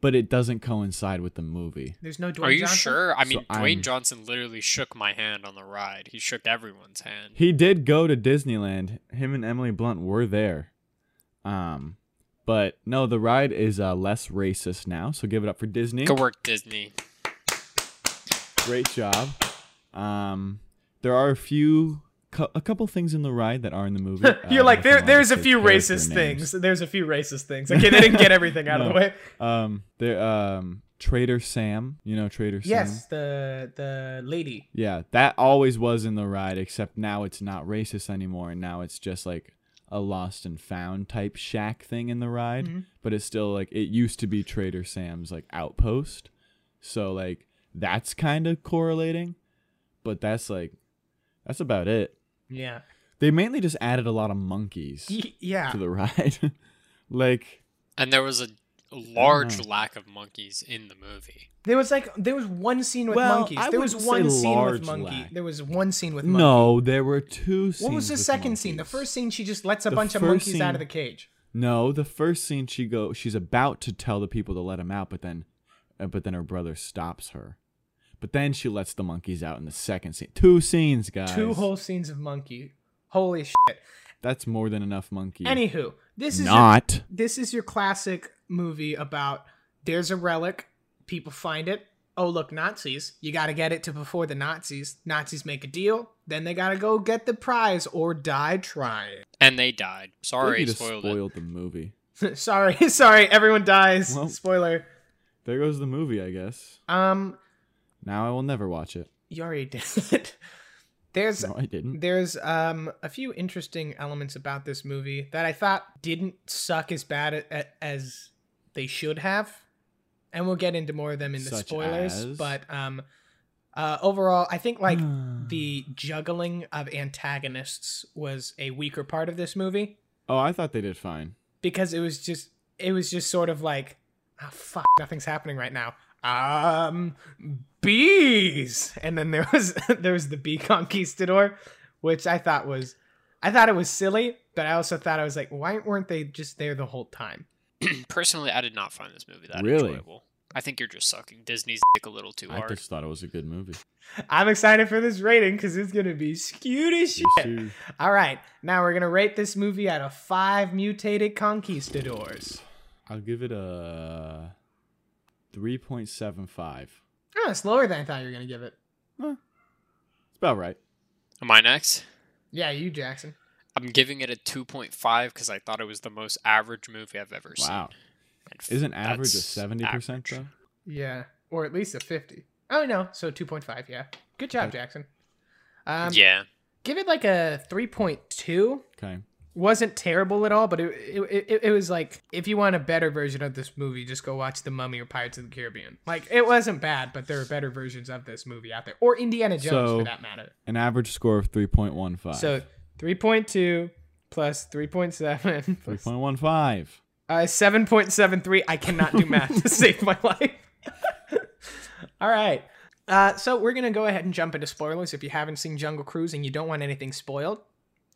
C: but it doesn't coincide with the movie.
A: there's no Dwayne
B: Are you
A: Johnson?
B: sure? I mean, Dwayne
C: I'm-
B: Johnson literally shook my hand on the ride. He shook everyone's hand.
C: He did go to Disneyland. Him and Emily Blunt were there. Um, but no, the ride is uh, less racist now, so give it up for Disney.
B: Go work, Disney.
C: Great job. Um, there are a few, cou- a couple things in the ride that are in the movie. Uh,
A: You're like
C: nothing
A: there.
C: I'll
A: There's
C: just
A: a
C: say
A: few
C: character
A: racist
C: names.
A: things. There's a few racist things. Okay, they didn't get everything out of
C: No.
A: the way.
C: Um, there, um, Trader Sam. You know Trader Sam.
A: Yes, the the lady.
C: Yeah, that always was in the ride, except now it's not racist anymore, and now it's just like a lost and found type shack thing in the ride.
A: Mm-hmm.
C: But it's still like it used to be Trader Sam's like outpost, so like that's kind of correlating, but that's like that's about it.
A: Yeah.
C: They mainly just added a lot of monkeys
A: Y- yeah.
C: to the ride, like
B: And there was a large
C: know.
B: lack of monkeys in the movie.
A: There was like there was one scene with
C: Well,
A: monkeys.
C: I
A: There was
C: wouldn't
A: one
C: say
A: scene with
C: large
A: monkey.
C: lack.
A: There was one scene with monkey.
C: no, there were two. Scenes
A: What was the
C: with
A: second scene? The
C: monkeys.
A: first scene, she just lets a
C: The
A: bunch of
C: first
A: monkeys out
C: scene-
A: of the cage.
C: No, the first scene she go she's about to tell the people to let him out, but then uh, but then her brother stops her. But then she lets the monkeys out in the second scene. Two scenes, guys.
A: Two whole scenes of monkey. Holy shit.
C: That's more than enough monkey.
A: Anywho, this is your-
C: not
A: this is your classic movie about there's a relic, people find it. Oh, look, Nazis. You got to get it to before the Nazis. Nazis make a deal, then they got to go get the prize or die trying.
B: And they died.
C: I think
B: Sorry,
C: you
B: I
C: just
B: spoiled, it.
C: spoiled the movie.
A: sorry, sorry, everyone dies.
C: Well-
A: Spoiler.
C: There goes the movie, I guess.
A: Um,
C: Now I will never watch it.
A: you already did. there's
C: No, I didn't.
A: There's um, a few interesting elements about this movie that I thought didn't suck as bad a- a- as they should have, and we'll get into more of them in the
C: Such
A: spoilers.
C: as? Hmm.
A: But um, uh, overall, I think like the juggling of antagonists was a weaker part of this movie
C: Oh, I thought they did fine.
A: because it was just it was just sort of like ah fuck nothing's happening right now um bees and then there was there was the bee conquistador which i thought was i thought it was silly but i also thought i was like why weren't they just there the whole time
B: Personally, I did not find this movie that
C: Really?
B: enjoyable. I think you're just sucking Disney's dick a little too
C: I
B: hard.
C: just thought it was a good movie.
A: i'm excited for this rating because it's gonna be skewed as
C: You
A: shit
C: see?
A: all right now we're gonna rate this movie out of five mutated conquistadors
C: I'll give it a three point seven five.
A: oh it's lower than i thought you were gonna give it
C: It's about right.
B: Am I next?
A: yeah you jackson
B: I'm giving it a 2.5 because I thought it was the most average movie I've ever seen.
C: Wow.
B: And f-
C: Isn't average a
B: that's
C: seventy percent
B: average.
C: though?
A: Yeah, or at least a 50. Oh no, so 2.5, yeah. Good job,
C: Okay.
A: Jackson. Um
B: yeah.
A: give it like a 3.2.
C: Okay.
A: Wasn't terrible at all, but it, it it it was like if you want a better version of this movie, just go watch The Mummy or Pirates of the Caribbean. Like it wasn't bad, but there are better versions of this movie out there or Indiana Jones for
C: So-
A: that matter.
C: An average score of 3.15.
A: So 3.2 plus 3.7 plus
C: 3.15.
A: Uh, 7.73. I cannot do math to save my life. All right. Uh, so we're going to go ahead and jump into spoilers. If you haven't seen Jungle Cruise and you don't want anything spoiled,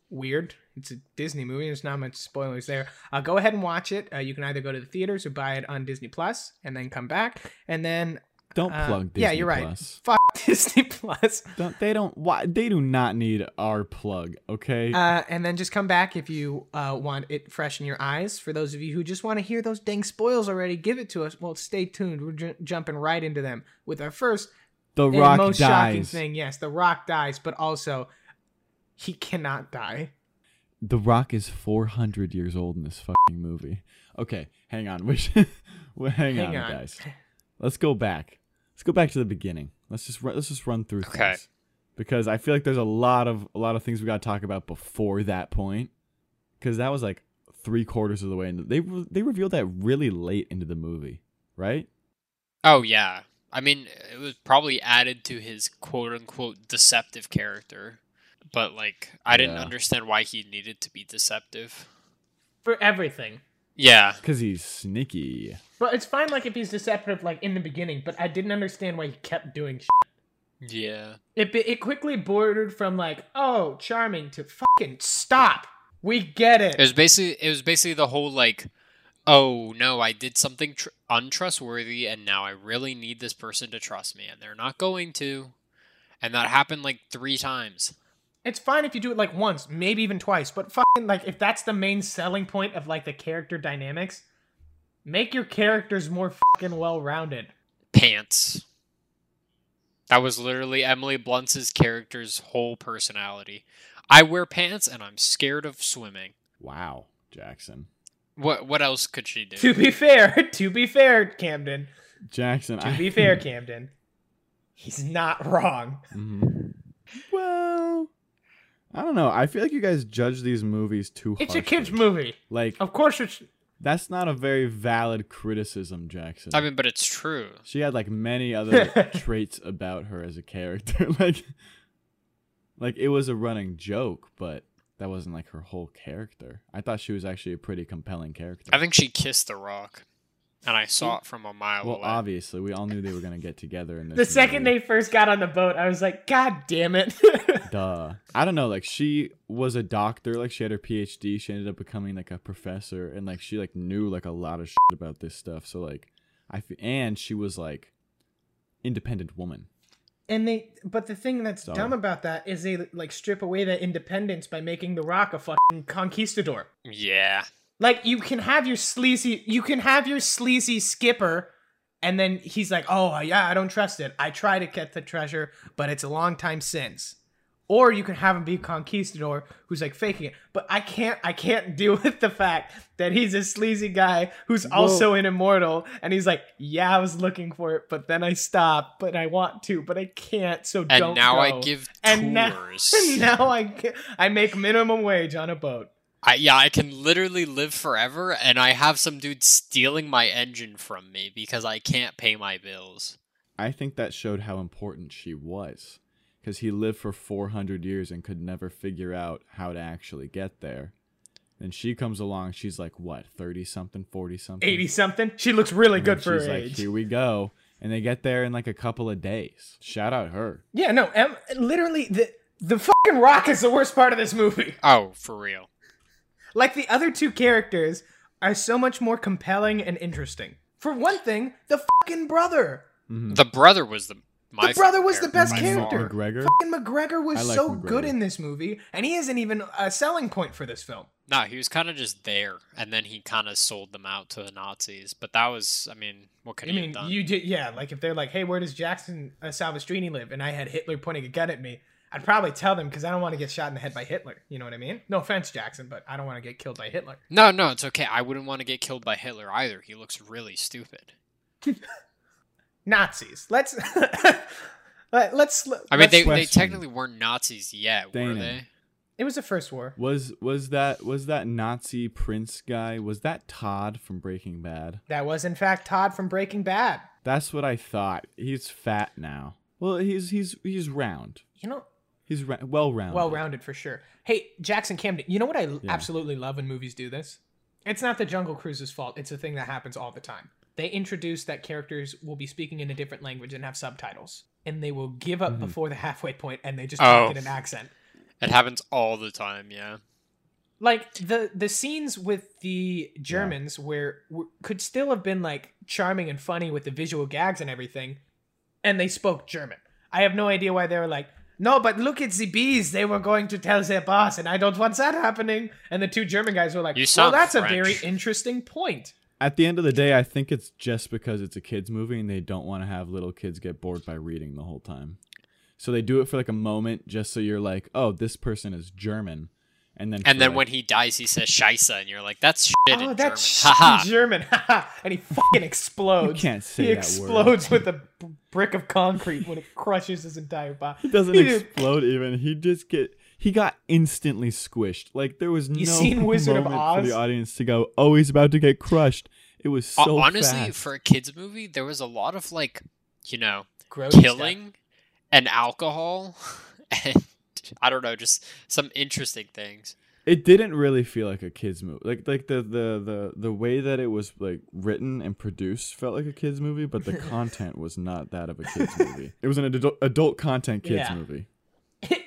A: weird. It's a Disney movie. There's not much spoilers there. Uh, go ahead and watch it. Uh, you can either go to the theaters or buy it on Disney Plus and then come back. And then
C: Don't
A: Uh,
C: plug Disney
A: yeah, you're right.
C: Plus.
A: fuck Disney Plus.
C: Don't they don't why they do not need our plug, okay?
A: Uh, and then just come back if you uh, want it fresh in your eyes. For those of you who just want to hear those dang spoils already, give it to us. Well, stay tuned. We're ju- jumping right into them with our first
C: the
A: and
C: Rock
A: most shocking
C: dies.
A: thing. Yes, The Rock dies, but also he cannot die.
C: The Rock is 400 years old in this fucking movie. Okay, hang on. We should, well, hang,
A: Hang
C: on,
A: on.
C: guys. Let's go back. Let's go back to the beginning. Let's just run, let's just run through
B: Okay.
C: things. Because I feel like there's a lot of a lot of things we got to talk about before that point. Cuz that was like 3 quarters of the way and they re- they revealed that really late into the movie, right?
B: Oh, yeah. I mean, it was probably added to his quote unquote deceptive character, but like I didn't
C: Yeah.
B: understand why he needed to be deceptive.
A: for everything.
B: Yeah,
C: Because he's sneaky.
A: But it's fine, like if he's deceptive, like in the beginning. But I didn't understand why he kept doing. Shit.
B: yeah.
A: It be- it quickly bordered from like oh charming to fucking stop. We get it.
B: It was basically it was basically the whole like, oh no, I did something tr- untrustworthy, and now I really need this person to trust me, and they're not going to, and that happened like three times.
A: It's fine if you do it like once, maybe even twice, but fucking like if that's the main selling point of like the character dynamics, make your characters more fucking well-rounded.
B: Pants. That was literally Emily Blunt's character's whole personality. I wear pants, and I'm scared of swimming.
C: Wow, Jackson.
B: What what else could she do?
A: To be fair, to be fair, Camden.
C: Jackson.
A: To
C: I-
A: be fair, Camden. He's not wrong.
C: Mhm. Well, I don't know. I feel like you guys judge these movies too
A: It's
C: harshly.
A: a kids movie. Oh.
C: Like
A: Of course it's
C: that's not a very valid criticism, Jackson.
B: I mean, but it's true.
C: she had like many other traits about her as a character. like, like it was a running joke, but that wasn't like her whole character. I thought she was actually a pretty compelling character.
B: I think she kissed the rock, and I saw it from a mile
C: well,
B: away.
C: obviously, we all knew they were gonna get together in this.
A: the second
C: movie.
A: they first got on the boat, I was like, God damn it.
C: Duh. I don't know. Like she was a doctor. Like she had her PhD. She ended up becoming like a professor, and like she like knew like a lot of shit about this stuff. So like, I f- and she was like independent woman.
A: and they but the thing that's
C: So-
A: dumb about that is they like strip away that independence by making the rock a fucking conquistador.
B: yeah.
A: Like you can have your sleazy, you can have your sleazy skipper, and then he's like, "Oh yeah, I don't trust it. I try to get the treasure, but it's a long time since." Or you can have him be conquistador, who's like faking it. But I can't, I can't deal with the fact that he's a sleazy guy who's also an immortal, and he's like, "Yeah, I was looking for it, but then I stopped. But I want to, but I can't. So
B: And
A: don't."
B: now I
A: go."
B: give
A: And now-
B: tours.
A: now I, ca- I make minimum wage on a boat.
B: I, yeah, I can literally live forever, and I have some dude stealing my engine from me because I can't pay my bills.
C: I think that showed how important she was, because he lived for four hundred years and could never figure out how to actually get there. And she comes along. She's like what thirty something, forty something,
A: 80 something. She looks really
C: And
A: good for her
C: she's like,
A: age.
C: Here we go. And they get there in like a couple of days. Shout out her.
A: Yeah, no, em- literally the the fucking rock is the worst part of this movie.
B: Oh, for real.
A: Like the other two characters are so much more compelling and interesting. For one thing, the fucking brother.
C: Mm-hmm.
B: The brother was the my
A: The brother was
B: favorite
A: the best
B: by
A: character.
B: far.
C: McGregor.
A: Fucking McGregor was
C: I like
A: so
C: McGregor.
A: good in this movie, and he isn't even a selling point for this film.
B: No, he was kind of just there, and then he kind of sold them out to the Nazis. But that was, I mean, what could
A: I
B: he have
A: mean,
B: done?
A: you did, yeah. Like if they're like, "Hey, where does Jackson uh, Salvestrini live?" and I had Hitler pointing a gun at me, I'd probably tell them because I don't want to get shot in the head by Hitler. You know what I mean? No offense, Jackson, but I don't want to get killed by Hitler.
B: No, no, it's okay. I wouldn't want to get killed by Hitler either. He looks really stupid.
A: Nazis. Let's let, let's.
B: I mean, they,
A: let's-
B: they
C: question.
B: technically weren't Nazis yet, were
C: Dana.
B: they?
A: It was the first war.
C: Was was that was that Nazi prince guy? Was that Todd from Breaking Bad?
A: That was in fact Todd from Breaking Bad.
C: That's what I thought. He's fat now. Well, he's he's he's round.
A: You know,
C: He's ra- well rounded.
A: well rounded for sure. Hey, Jackson Camden. You know what I l- absolutely love when movies do this? It's not the Jungle Cruise's fault. It's a thing that happens all the time. They introduce that characters will be speaking in a different language and have subtitles, and they will give up before the halfway point, and they just
B: Oh.
A: talk in an accent.
B: It happens all the time, yeah.
A: like the the scenes with the Germans where w- could still have been like charming and funny with the visual gags and everything, and they spoke German. I have no idea why they were like, no, but look at the bees. They were going to tell their boss, and I don't want that happening. And the two German guys were like,
B: You
A: well,
B: sound
A: that's
B: French."
A: a very interesting point.
C: At the end of the day, I think it's just because it's a kids movie and they don't want to have little kids get bored by reading the whole time. So they do it for like a moment, just so you're like, oh, this person is German, and then
B: And
C: for,
B: then
C: like-
B: when he dies, he says Scheisse, and you're like, that's shit
A: oh,
B: in
A: that's sh-
B: German. Haha.
A: in German. haha. and he fucking explodes.
C: You can't say
A: He
C: that word.
A: explodes with a b- brick of concrete when it crushes his entire body.
C: It doesn't
A: He just-
C: explode even. He just get he got instantly squished. Like there was no
A: seen Wizard of
C: moment for
A: Oz?
C: the audience to go, "Oh, he's about to get crushed." It was
B: O-
C: so
B: Uh, honestly
C: fast.
B: for a kids movie there was a lot of like you know,
A: Gross
B: killing and alcohol and I don't know, just some interesting things.
C: It didn't really feel like a kids movie. Like like the, the the the way that it was like written and produced felt like a kids movie, but the content was not that of a kids movie. It was an adult adult content kids
A: Yeah.
C: movie.
A: Stuff.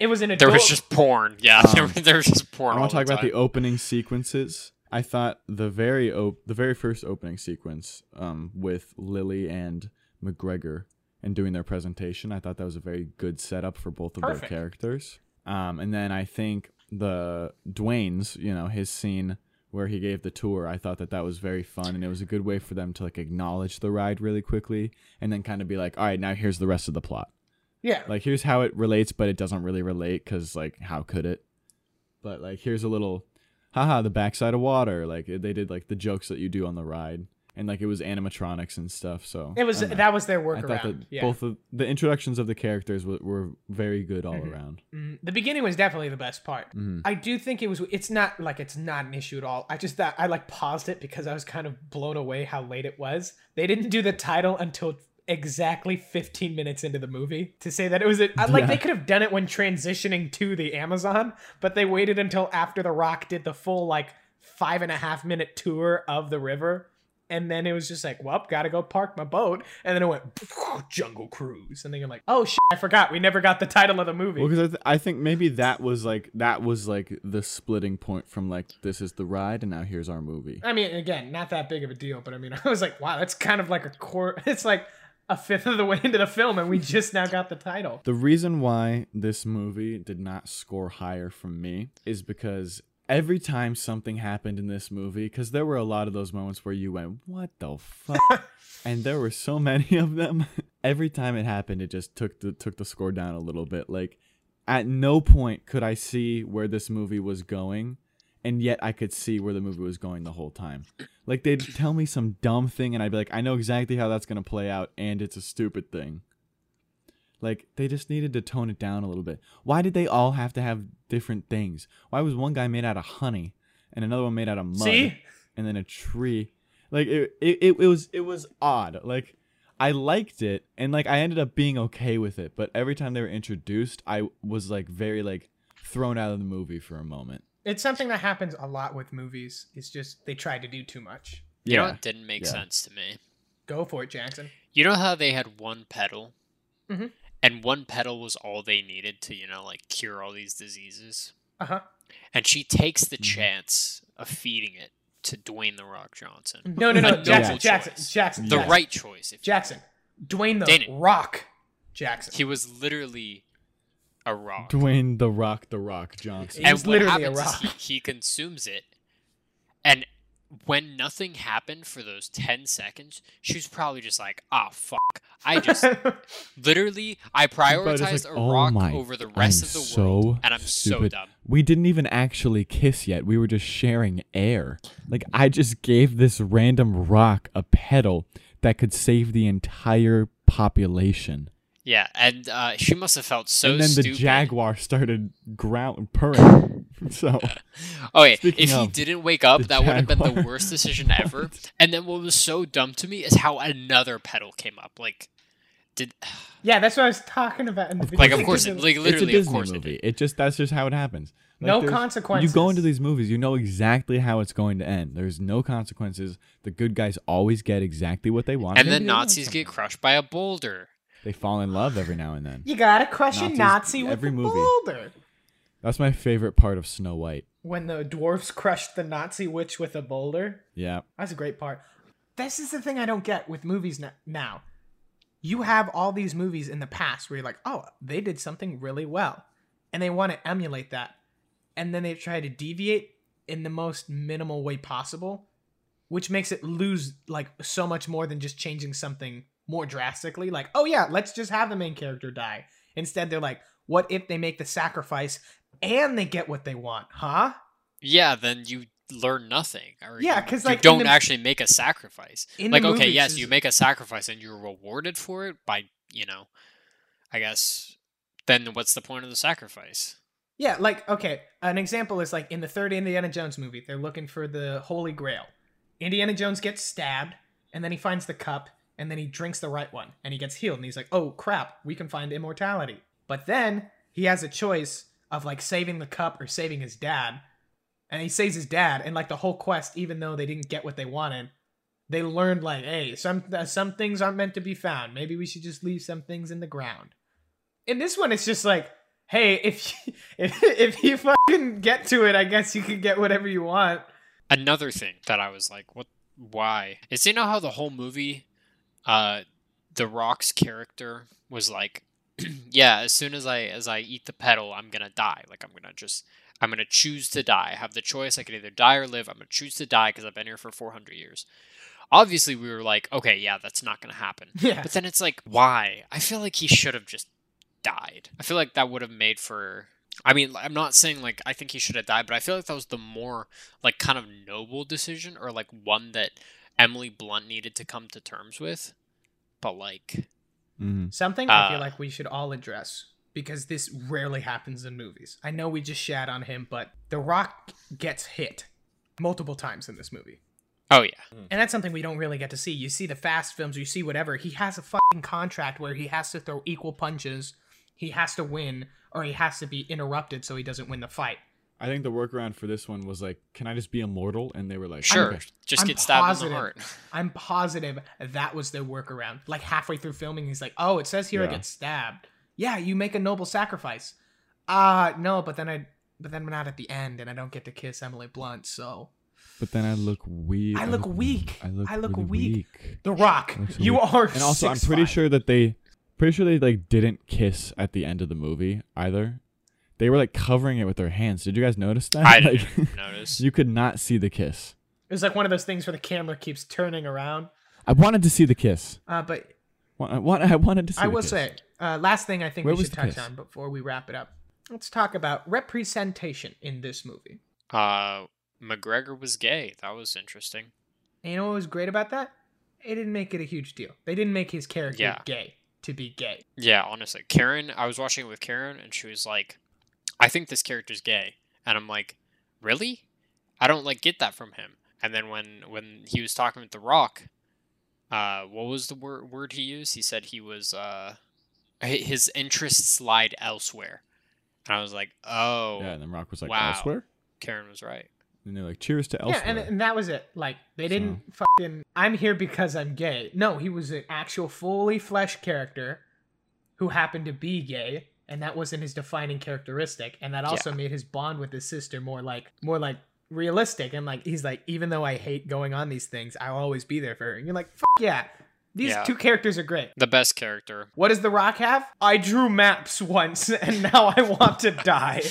A: It was an adult.
B: There was just porn. Yeah, there,
C: Um,
B: there was just porn.
C: I
B: all
C: want to talk about
B: time.
C: the opening sequences. I thought the very op- the very first opening sequence um, with Lily and McGregor and doing their presentation. I thought that was a very good setup for both of
A: Perfect.
C: their characters. Um, and then I think the Dwayne's, you know, his scene where he gave the tour. I thought that that was very fun and it was a good way for them to like acknowledge the ride really quickly and then kind of be like, all right, now here's the rest of the plot
A: yeah.
C: like here's how it relates but it doesn't really relate because like how could it but like here's a little haha the backside of water like they did like the jokes that you do on the ride and like it was animatronics and stuff so
A: it was
C: I don't know.
A: that was their
C: Uh-huh. i
A: workaround.
C: thought that
A: yeah.
C: both of the introductions of the characters were, were very good all
A: Mhm.
C: around
A: Mm, the beginning was definitely the best part.
C: Mhm.
A: I do think it was. It's not like it's not an issue at all. I just thought I like paused it because I was kind of blown away how late it was. They didn't do the title until exactly 15 minutes into the movie to say that it was. A, I- like
C: Yeah.
A: they could have done it when transitioning to the Amazon, but they waited until after The Rock did the full like five and a half minute tour of the river. And then it was just like, well, gotta go park my boat. And then it went Jungle Cruise. And then you're like, oh shit, I forgot. We never got the title of the movie.
C: well because I, th- I think maybe that was like that was like the splitting point from like this is the ride and now here's our movie
A: I mean, again, not that big of a deal, but I mean, I was like, wow, that's kind of like a core. It's like a fifth of the way into the film, and we just now got the title.
C: The reason why this movie did not score higher from me is because every time something happened in this movie, because there were a lot of those moments where you went, What the fuck? and there were so many of them. every time it happened, it just took the took the score down a little bit. Like at no point could I see where this movie was going. And yet, I could see where the movie was going the whole time. Like they'd tell me some dumb thing, and I'd be like, "I know exactly how that's gonna play out, and it's a stupid thing." Like they just needed to tone it down a little bit. Why did they all have to have different things? Why was one guy made out of honey and another one made out of mud
A: See?
C: and then a tree? Like it, it, it, it was it was odd. Like I liked it and like I ended up being okay with it, but every time they were introduced, I was like very like thrown out of the movie for a moment.
A: It's something that happens a lot with movies. It's just they try to do too much.
B: You know what didn't make
C: Yeah.
B: sense to me?
A: Go for it, Jackson.
B: You know how they had one pedal?
A: Mhm.
B: And one pedal was all they needed to, you know, like cure all these diseases.
A: Uh huh.
B: And she takes
C: Mm-hmm.
B: the chance of feeding it to Dwayne The Rock Johnson.
A: No, no, no,
B: A
A: Jackson,
B: double
A: Jackson,
B: choice.
A: Jackson,
B: The
A: Jackson,
B: right choice. If
A: Jackson, Dwayne the
B: Dane it.
A: Rock, Jackson.
B: He was literally a rock.
C: Dwayne the Rock, the Rock Johnson.
A: He's
B: and what
A: literally a
B: happens is
A: rock.
B: he, he consumes it, and when nothing happened for those ten seconds, she was probably just like, "Ah, fuck! I just literally I
C: it's
B: prioritized a
C: like, oh
B: rock
C: my-
B: over the rest
C: I'm
B: of the
C: so
B: world, and I'm so
C: stupid.
B: dumb."
C: We didn't even actually kiss yet. We were just sharing air. Like I just gave this random rock a pedal that could save the entire population.
B: Yeah, and uh, she must have felt so.
C: and then
B: stupid.
C: the jaguar started growl purring. so
B: Okay,
C: Speaking
B: if he
C: of
B: didn't wake up,
C: the
B: that would have been the
C: Jaguar.
B: worst decision ever. And then what was so dumb to me is how another pedal came up. Like, did
A: yeah, that's what I was talking about. In the
B: like
A: beginning.
B: of course, it, like
C: it's a
B: literally of
C: Disney
B: course it
C: movie.
B: did.
C: It, just that's just how it happens.
A: No
C: there's-
A: consequences.
C: You go into these movies, you know exactly how it's going to end. There's no consequences. The good guys always get exactly what they want.
B: And
C: Maybe
B: then
C: they want
B: Nazis get
C: something.
B: crushed by a boulder.
C: They fall in love every now and then.
A: you gotta crush a
C: Nazis-
A: Nazi with
C: every
A: the
C: movie.
A: boulder.
C: That's my favorite part of Snow White.
A: When the dwarfs crushed the Nazi witch with a boulder.
C: Yeah.
A: That's a great part. This is the thing I don't get with movies no- now. You have all these movies in the past where you're like, oh, they did something really well. And they want to emulate that. And then they try to deviate in the most minimal way possible, which makes it lose like so much more than just changing something more drastically. Like, oh yeah, let's just have the main character die. Instead, they're like, what if they make the sacrifice and they get what they want, huh?
B: Yeah, then you learn nothing. Or
A: Yeah,
B: you-
A: 'cause,
B: you
A: like, in
B: don't
A: the-
B: actually make a sacrifice.
A: In
B: like
A: the
B: okay,
A: movies
B: yes,
A: is-
B: you make a sacrifice and you're rewarded for it by you know, I guess. Then what's the point of the sacrifice?
A: Yeah, like okay, an example is like in the third Indiana Jones movie, they're looking for the Holy Grail. Indiana Jones gets stabbed, and then he finds the cup, and then he drinks the right one and he gets healed and he's like, "Oh crap, we can find immortality." But then he has a choice of like saving the cup or saving his dad. And he saves his dad and like the whole quest even though they didn't get what they wanted, they learned like, "Hey, some uh, some things aren't meant to be found. Maybe we should just leave some things in the ground." In this one it's just like Hey, if you, if if you fucking get to it, I guess you can get whatever you want.
B: Another thing that I was like, what? Why? Is you know how the whole movie, uh, the Rock's character was like, yeah, as soon as I as I eat the petal, I'm gonna die. Like I'm gonna just I'm gonna choose to die. I have the choice. I can either die or live. I'm gonna choose to die because I've been here for 400 years. Obviously, we were like, okay, yeah, that's not gonna happen.
A: Yeah.
B: But then it's like, why? I feel like he should have just died. I feel like that would have made for. I mean, I'm not saying like I think he should have died, but I feel like that was the more like kind of noble decision or like one that Emily Blunt needed to come to terms with. But like,
C: Mm-hmm.
A: Something I feel
B: Uh,
A: like we should all address because this rarely happens in movies. I know we just shat on him, but The Rock gets hit multiple times in this movie.
B: oh yeah,
A: And that's something we don't really get to see. You see the fast films, you see whatever. He has a fucking contract where he has to throw equal punches, he has to win, or he has to be interrupted so he doesn't win the fight.
C: I think the workaround for this one was like, can I just be immortal? And they were like, "Oh
B: sure,
C: "Okay."
B: just
A: I'm
B: get stabbed in
A: positive.
B: the heart.
A: I'm positive that was their workaround. Like halfway through filming, he's like, "Oh, it says here I
C: Yeah.
A: get stabbed. Yeah, you make a noble sacrifice. Ah, no, but then I, but then I'm not at the end, and I don't get to kiss Emily Blunt. So
C: But then I look weak. Oh,
A: I look weak.
C: I look,
A: I look
C: really
A: weak.
C: weak.
A: The Rock,
C: Looks
A: you
C: weak.
A: are.
C: and also i'm pretty
A: 6'5".
C: sure that they pretty sure they like didn't kiss at the end of the movie either they were like covering it with their hands did you guys notice that
B: I
C: like,
B: didn't notice.
C: you could not see the kiss
A: it was like one of those things where the camera keeps turning around.
C: i wanted to see the kiss
A: Uh, but
C: Wa- i wa- I wanted to see
A: I
C: the
A: will
C: kiss.
A: say, uh, last thing I think
C: Where
A: we
C: was
A: should
C: the
A: touch
C: kiss?
A: on before we wrap it up. Let's talk about representation in this movie.
B: Uh, McGregor was gay. That was interesting.
A: And you know what was great about that? They didn't make it a huge deal. They didn't make his character
B: Yeah.
A: gay to be gay.
B: Yeah, honestly, Karen. I was watching it with Karen, and she was like, "I think this character's gay," and I'm like, "Really? I don't like get that from him." And then when when he was talking with The Rock, uh, what was the word word he used? He said he was uh, hi- his interests lied elsewhere, and I was like, "Oh,
C: yeah and then rock was like
B: Wow.
C: elsewhere
B: Karen was right."
C: and they're like cheers to elsewhere
A: Yeah, and, and that was it. Like they didn't fucking I'm here because I'm gay. No, he was an actual fully fleshed character who happened to be gay, and that wasn't his defining characteristic, and that also made his bond with his sister more like more like realistic and like he's like even though I hate going on these things, I'll always be there for her. And you're like, "Fuck yeah. These
B: Yeah.
A: two characters are great.
B: The best character,
A: What does The Rock have? I drew maps once and now I want to die.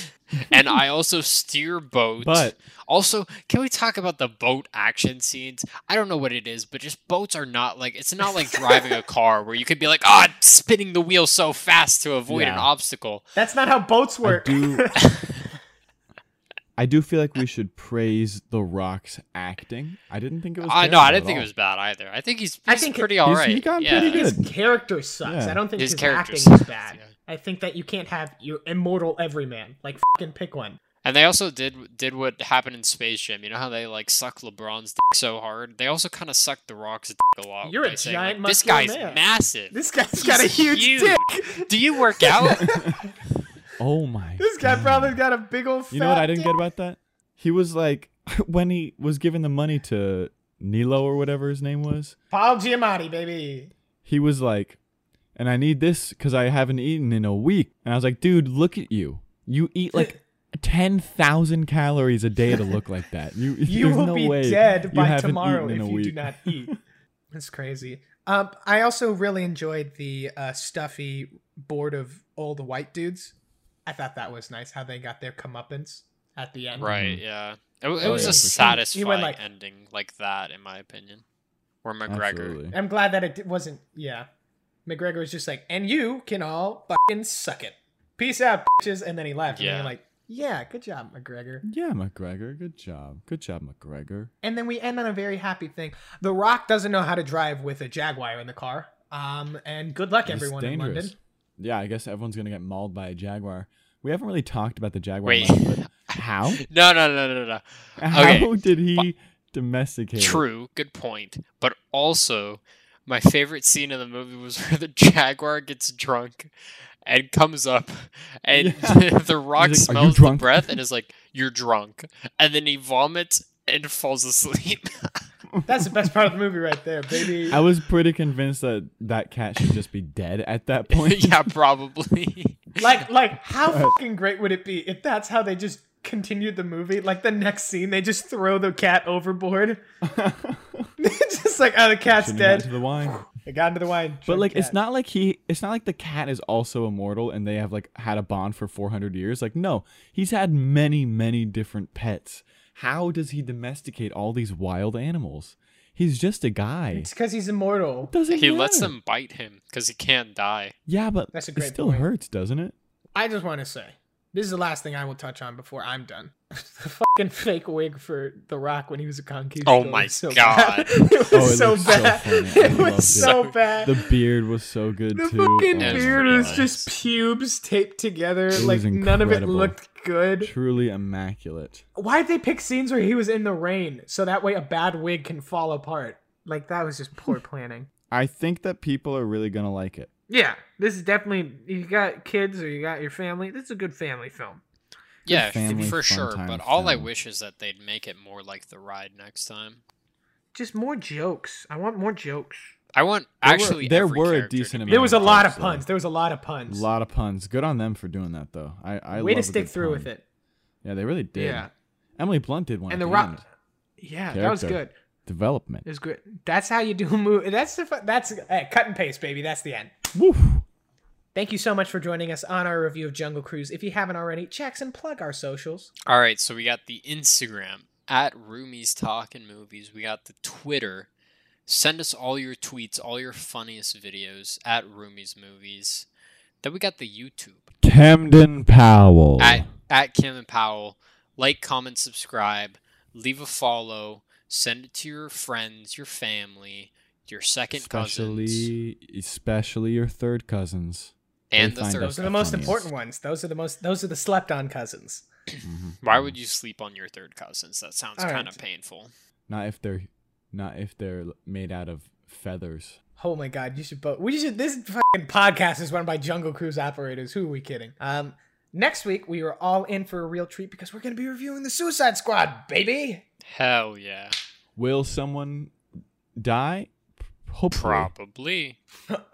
B: and I also steer boats.
C: but
B: Also, can we talk about the boat action scenes? I don't know what it is, but just boats are not like it's not like driving a car where you could be like, ah, oh, spinning the wheel so fast to avoid an
C: Yeah.
B: obstacle.
A: That's not how boats
C: I
A: work.
C: do. I do feel like we should praise The Rock's acting. I didn't think it was.
B: I no, I
C: terrible
B: didn't
C: at
B: think
C: all.
B: it was bad either. I think he's, he's
A: I think it-
B: pretty all
C: He's-
B: right.
C: he got
B: yeah.
C: pretty
A: His
C: good.
A: character sucks.
C: Yeah.
A: I don't think
B: His
A: his,
B: character
A: acting
B: sucks,
A: is bad.
B: yeah.
A: I think that you can't have your immortal everyman. Like fucking pick one.
B: And they also did did what happened in Space Jam. You know how they like suck LeBron's dick so hard? They also kind of suck The Rock's dick a lot.
A: You're a
B: by saying,
A: giant
B: like, This
A: muscular
B: guy's
A: man."
B: massive.
A: This guy's got a huge,
B: huge.
A: dick.
B: Do you work out?
C: Oh my.
A: This guy
C: God.
A: probably got a big old.
C: You know what
A: fat
C: I didn't
A: dick.
C: get about that? He was like when he was giving the money to Nilo or whatever his name was.
A: Paul Giamatti, baby.
C: He was like, "And I need this because I haven't eaten in a week." And I was like, "Dude, look at you! You eat like ten thousand calories a day to look like that. You
A: You
C: there's
A: will
C: no
A: be
C: way
A: dead
C: you
A: by
C: haven't
A: tomorrow
C: eaten
A: if
C: in a
A: you
C: week.
A: do not eat. That's crazy. Um, I also really enjoyed the uh, stuffy board of all the white dudes. I thought that was nice how they got their comeuppance at the end.
B: Right. Yeah. It, w- it
C: Oh,
B: was
C: yeah,
B: a
C: for sure.
B: satisfying
A: He went like-
B: ending, like that, in my opinion. Or McGregor.
C: Absolutely.
A: I'm glad that it di- wasn't. Yeah, McGregor was just like, and you can all fucking suck it. Peace out, bitches. And then he left. And
B: Yeah.
A: you're like, yeah, good job, McGregor.
C: Yeah, McGregor. Good job. Good job, McGregor.
A: And then we end on a very happy thing. The Rock doesn't know how to drive with a Jaguar in the car. Um, and good luck,
C: It's
A: everyone in
C: dangerous.
A: London.
C: Yeah, I guess everyone's gonna get mauled by a jaguar. We haven't really talked about the jaguar.
B: Wait.
C: much, but how?
B: No, no, no, no, no.
C: How did he domesticate? it?
B: True. Good point. But also, My favorite scene in the movie was where the jaguar gets drunk and comes up, and the rock
C: He's like, "Are you
B: smells the
C: drunk?"
B: breath and is like, "You're drunk," and then he vomits and falls asleep.
A: That's the best part of the movie right there, baby.
C: I was pretty convinced that that cat should just be dead at that point.
B: yeah, probably.
A: Like, like, how fucking great would it be if that's how they just continued the movie? Like the next scene, they just throw the cat overboard. It's just like, oh, the cat's
C: Shouldn't have
A: dead.
C: gotten to the wine.
A: It got into the wine.
C: But
A: Drunk
C: like, it's
A: cat.
C: not like he. It's not like the cat is also immortal and they have like had a bond for 400 years. Like, no, he's had many, many different pets. How does he domesticate all these wild animals? He's just a guy.
A: It's because he's immortal.
C: Doesn't
B: He lets
C: matter.
B: them bite him because he can't die.
C: Yeah, but
A: That's a
C: it
A: great
C: still
A: point.
C: hurts, doesn't it?
A: I just want to say, this is the last thing I will touch on before I'm done. the fucking fake wig for The Rock when he was a conquistador.
B: Oh my
A: was so
B: God.
A: bad. it was
C: Oh, it
A: so
C: looked so
A: bad.
C: funny. I
A: it
C: loved it.
A: was so bad.
C: The beard was so good
A: The
C: too.
A: fucking
C: Oh my
A: beard is
C: God.
A: just pubes taped together.
C: was
A: like none of it
C: incredible.
A: looked good.
C: truly immaculate.
A: Why'd they pick scenes where he was in the rain so that way a bad wig can fall apart? Like that was just poor planning.
C: I think that people are really gonna like it.
A: Yeah, this is definitely you got kids or you got your family. This is a good family film.
B: Yeah,
C: family
B: for
C: fun
B: sure.
C: time
B: But all I
C: film.
B: wish is that they'd make it more like the ride next time.
A: Just more jokes. I want more jokes.
B: I want
C: There were-
B: actually
C: there
B: every
C: were a
B: character to
C: decent
B: be-
C: amount
A: There was a lot of
C: jokes,
A: puns. There was a lot of puns.
C: A uh, lot of puns. Good on them for doing that though. I, I
A: Way
C: love a
A: to stick
C: good
A: through
C: pun.
A: with it.
C: Yeah, they really did.
A: Yeah.
C: Emily Blunt did one.
A: And
C: at
A: the
C: the
A: rock.
C: end.
A: Yeah, that was
C: Character.
A: good. It
C: development.
A: was good. That's how you do a movie. That's the fu- that's hey, cut and paste, baby. That's the end.
C: Woof.
A: Thank you so much for joining us on our review of Jungle Cruise. If you haven't already, Jackson, plug our socials.
B: All right, so we got the Instagram at Roomies Talking Movies. We got the Twitter. Send us all your tweets, all your funniest videos at Roomies Movies. Then we got the YouTube
C: Camden Powell.
B: at at Kim and Powell. Like, comment, subscribe, leave a follow, send it to your friends, your family, your second cousins,
C: especially, especially your third cousins.
B: and
C: they
B: the
C: find
B: third.
C: us
A: Those are the
B: cousin.
A: most
C: Funniest.
A: important ones. Those are the most. Those are the slept on cousins.
B: Why would you sleep on your third cousins? That sounds
A: Hmm. All
B: kind of
A: right.
B: painful.
C: Not if they're, not if they're made out of feathers.
A: Oh my god, you should both. We should. This fucking podcast is run by Jungle Cruise operators. Who are we kidding? Um, next week we are all in for a real treat because we're gonna be reviewing the Suicide Squad, baby.
B: Hell yeah,
C: Will someone die? Hopefully.
B: probably.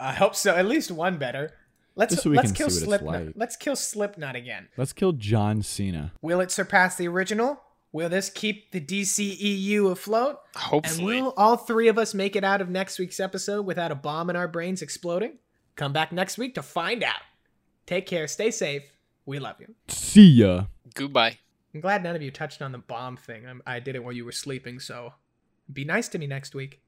A: I hope so. At least one better. Let's
C: Just so we
A: let's
C: can
A: kill
C: see what it's
A: Slipknot.
C: like.
A: Let's kill Slipknot again.
C: Let's kill John Cena.
A: Will it surpass the original? Will this keep the DCEU afloat?
B: Hopefully.
A: And will all three of us make it out of next week's episode without a bomb in our brains exploding? Come back next week to find out. Take care, stay safe. We love you.
C: See ya.
B: Goodbye.
A: I'm glad none of you touched on the bomb thing. I'm, I did it while you were sleeping, so be nice to me next week.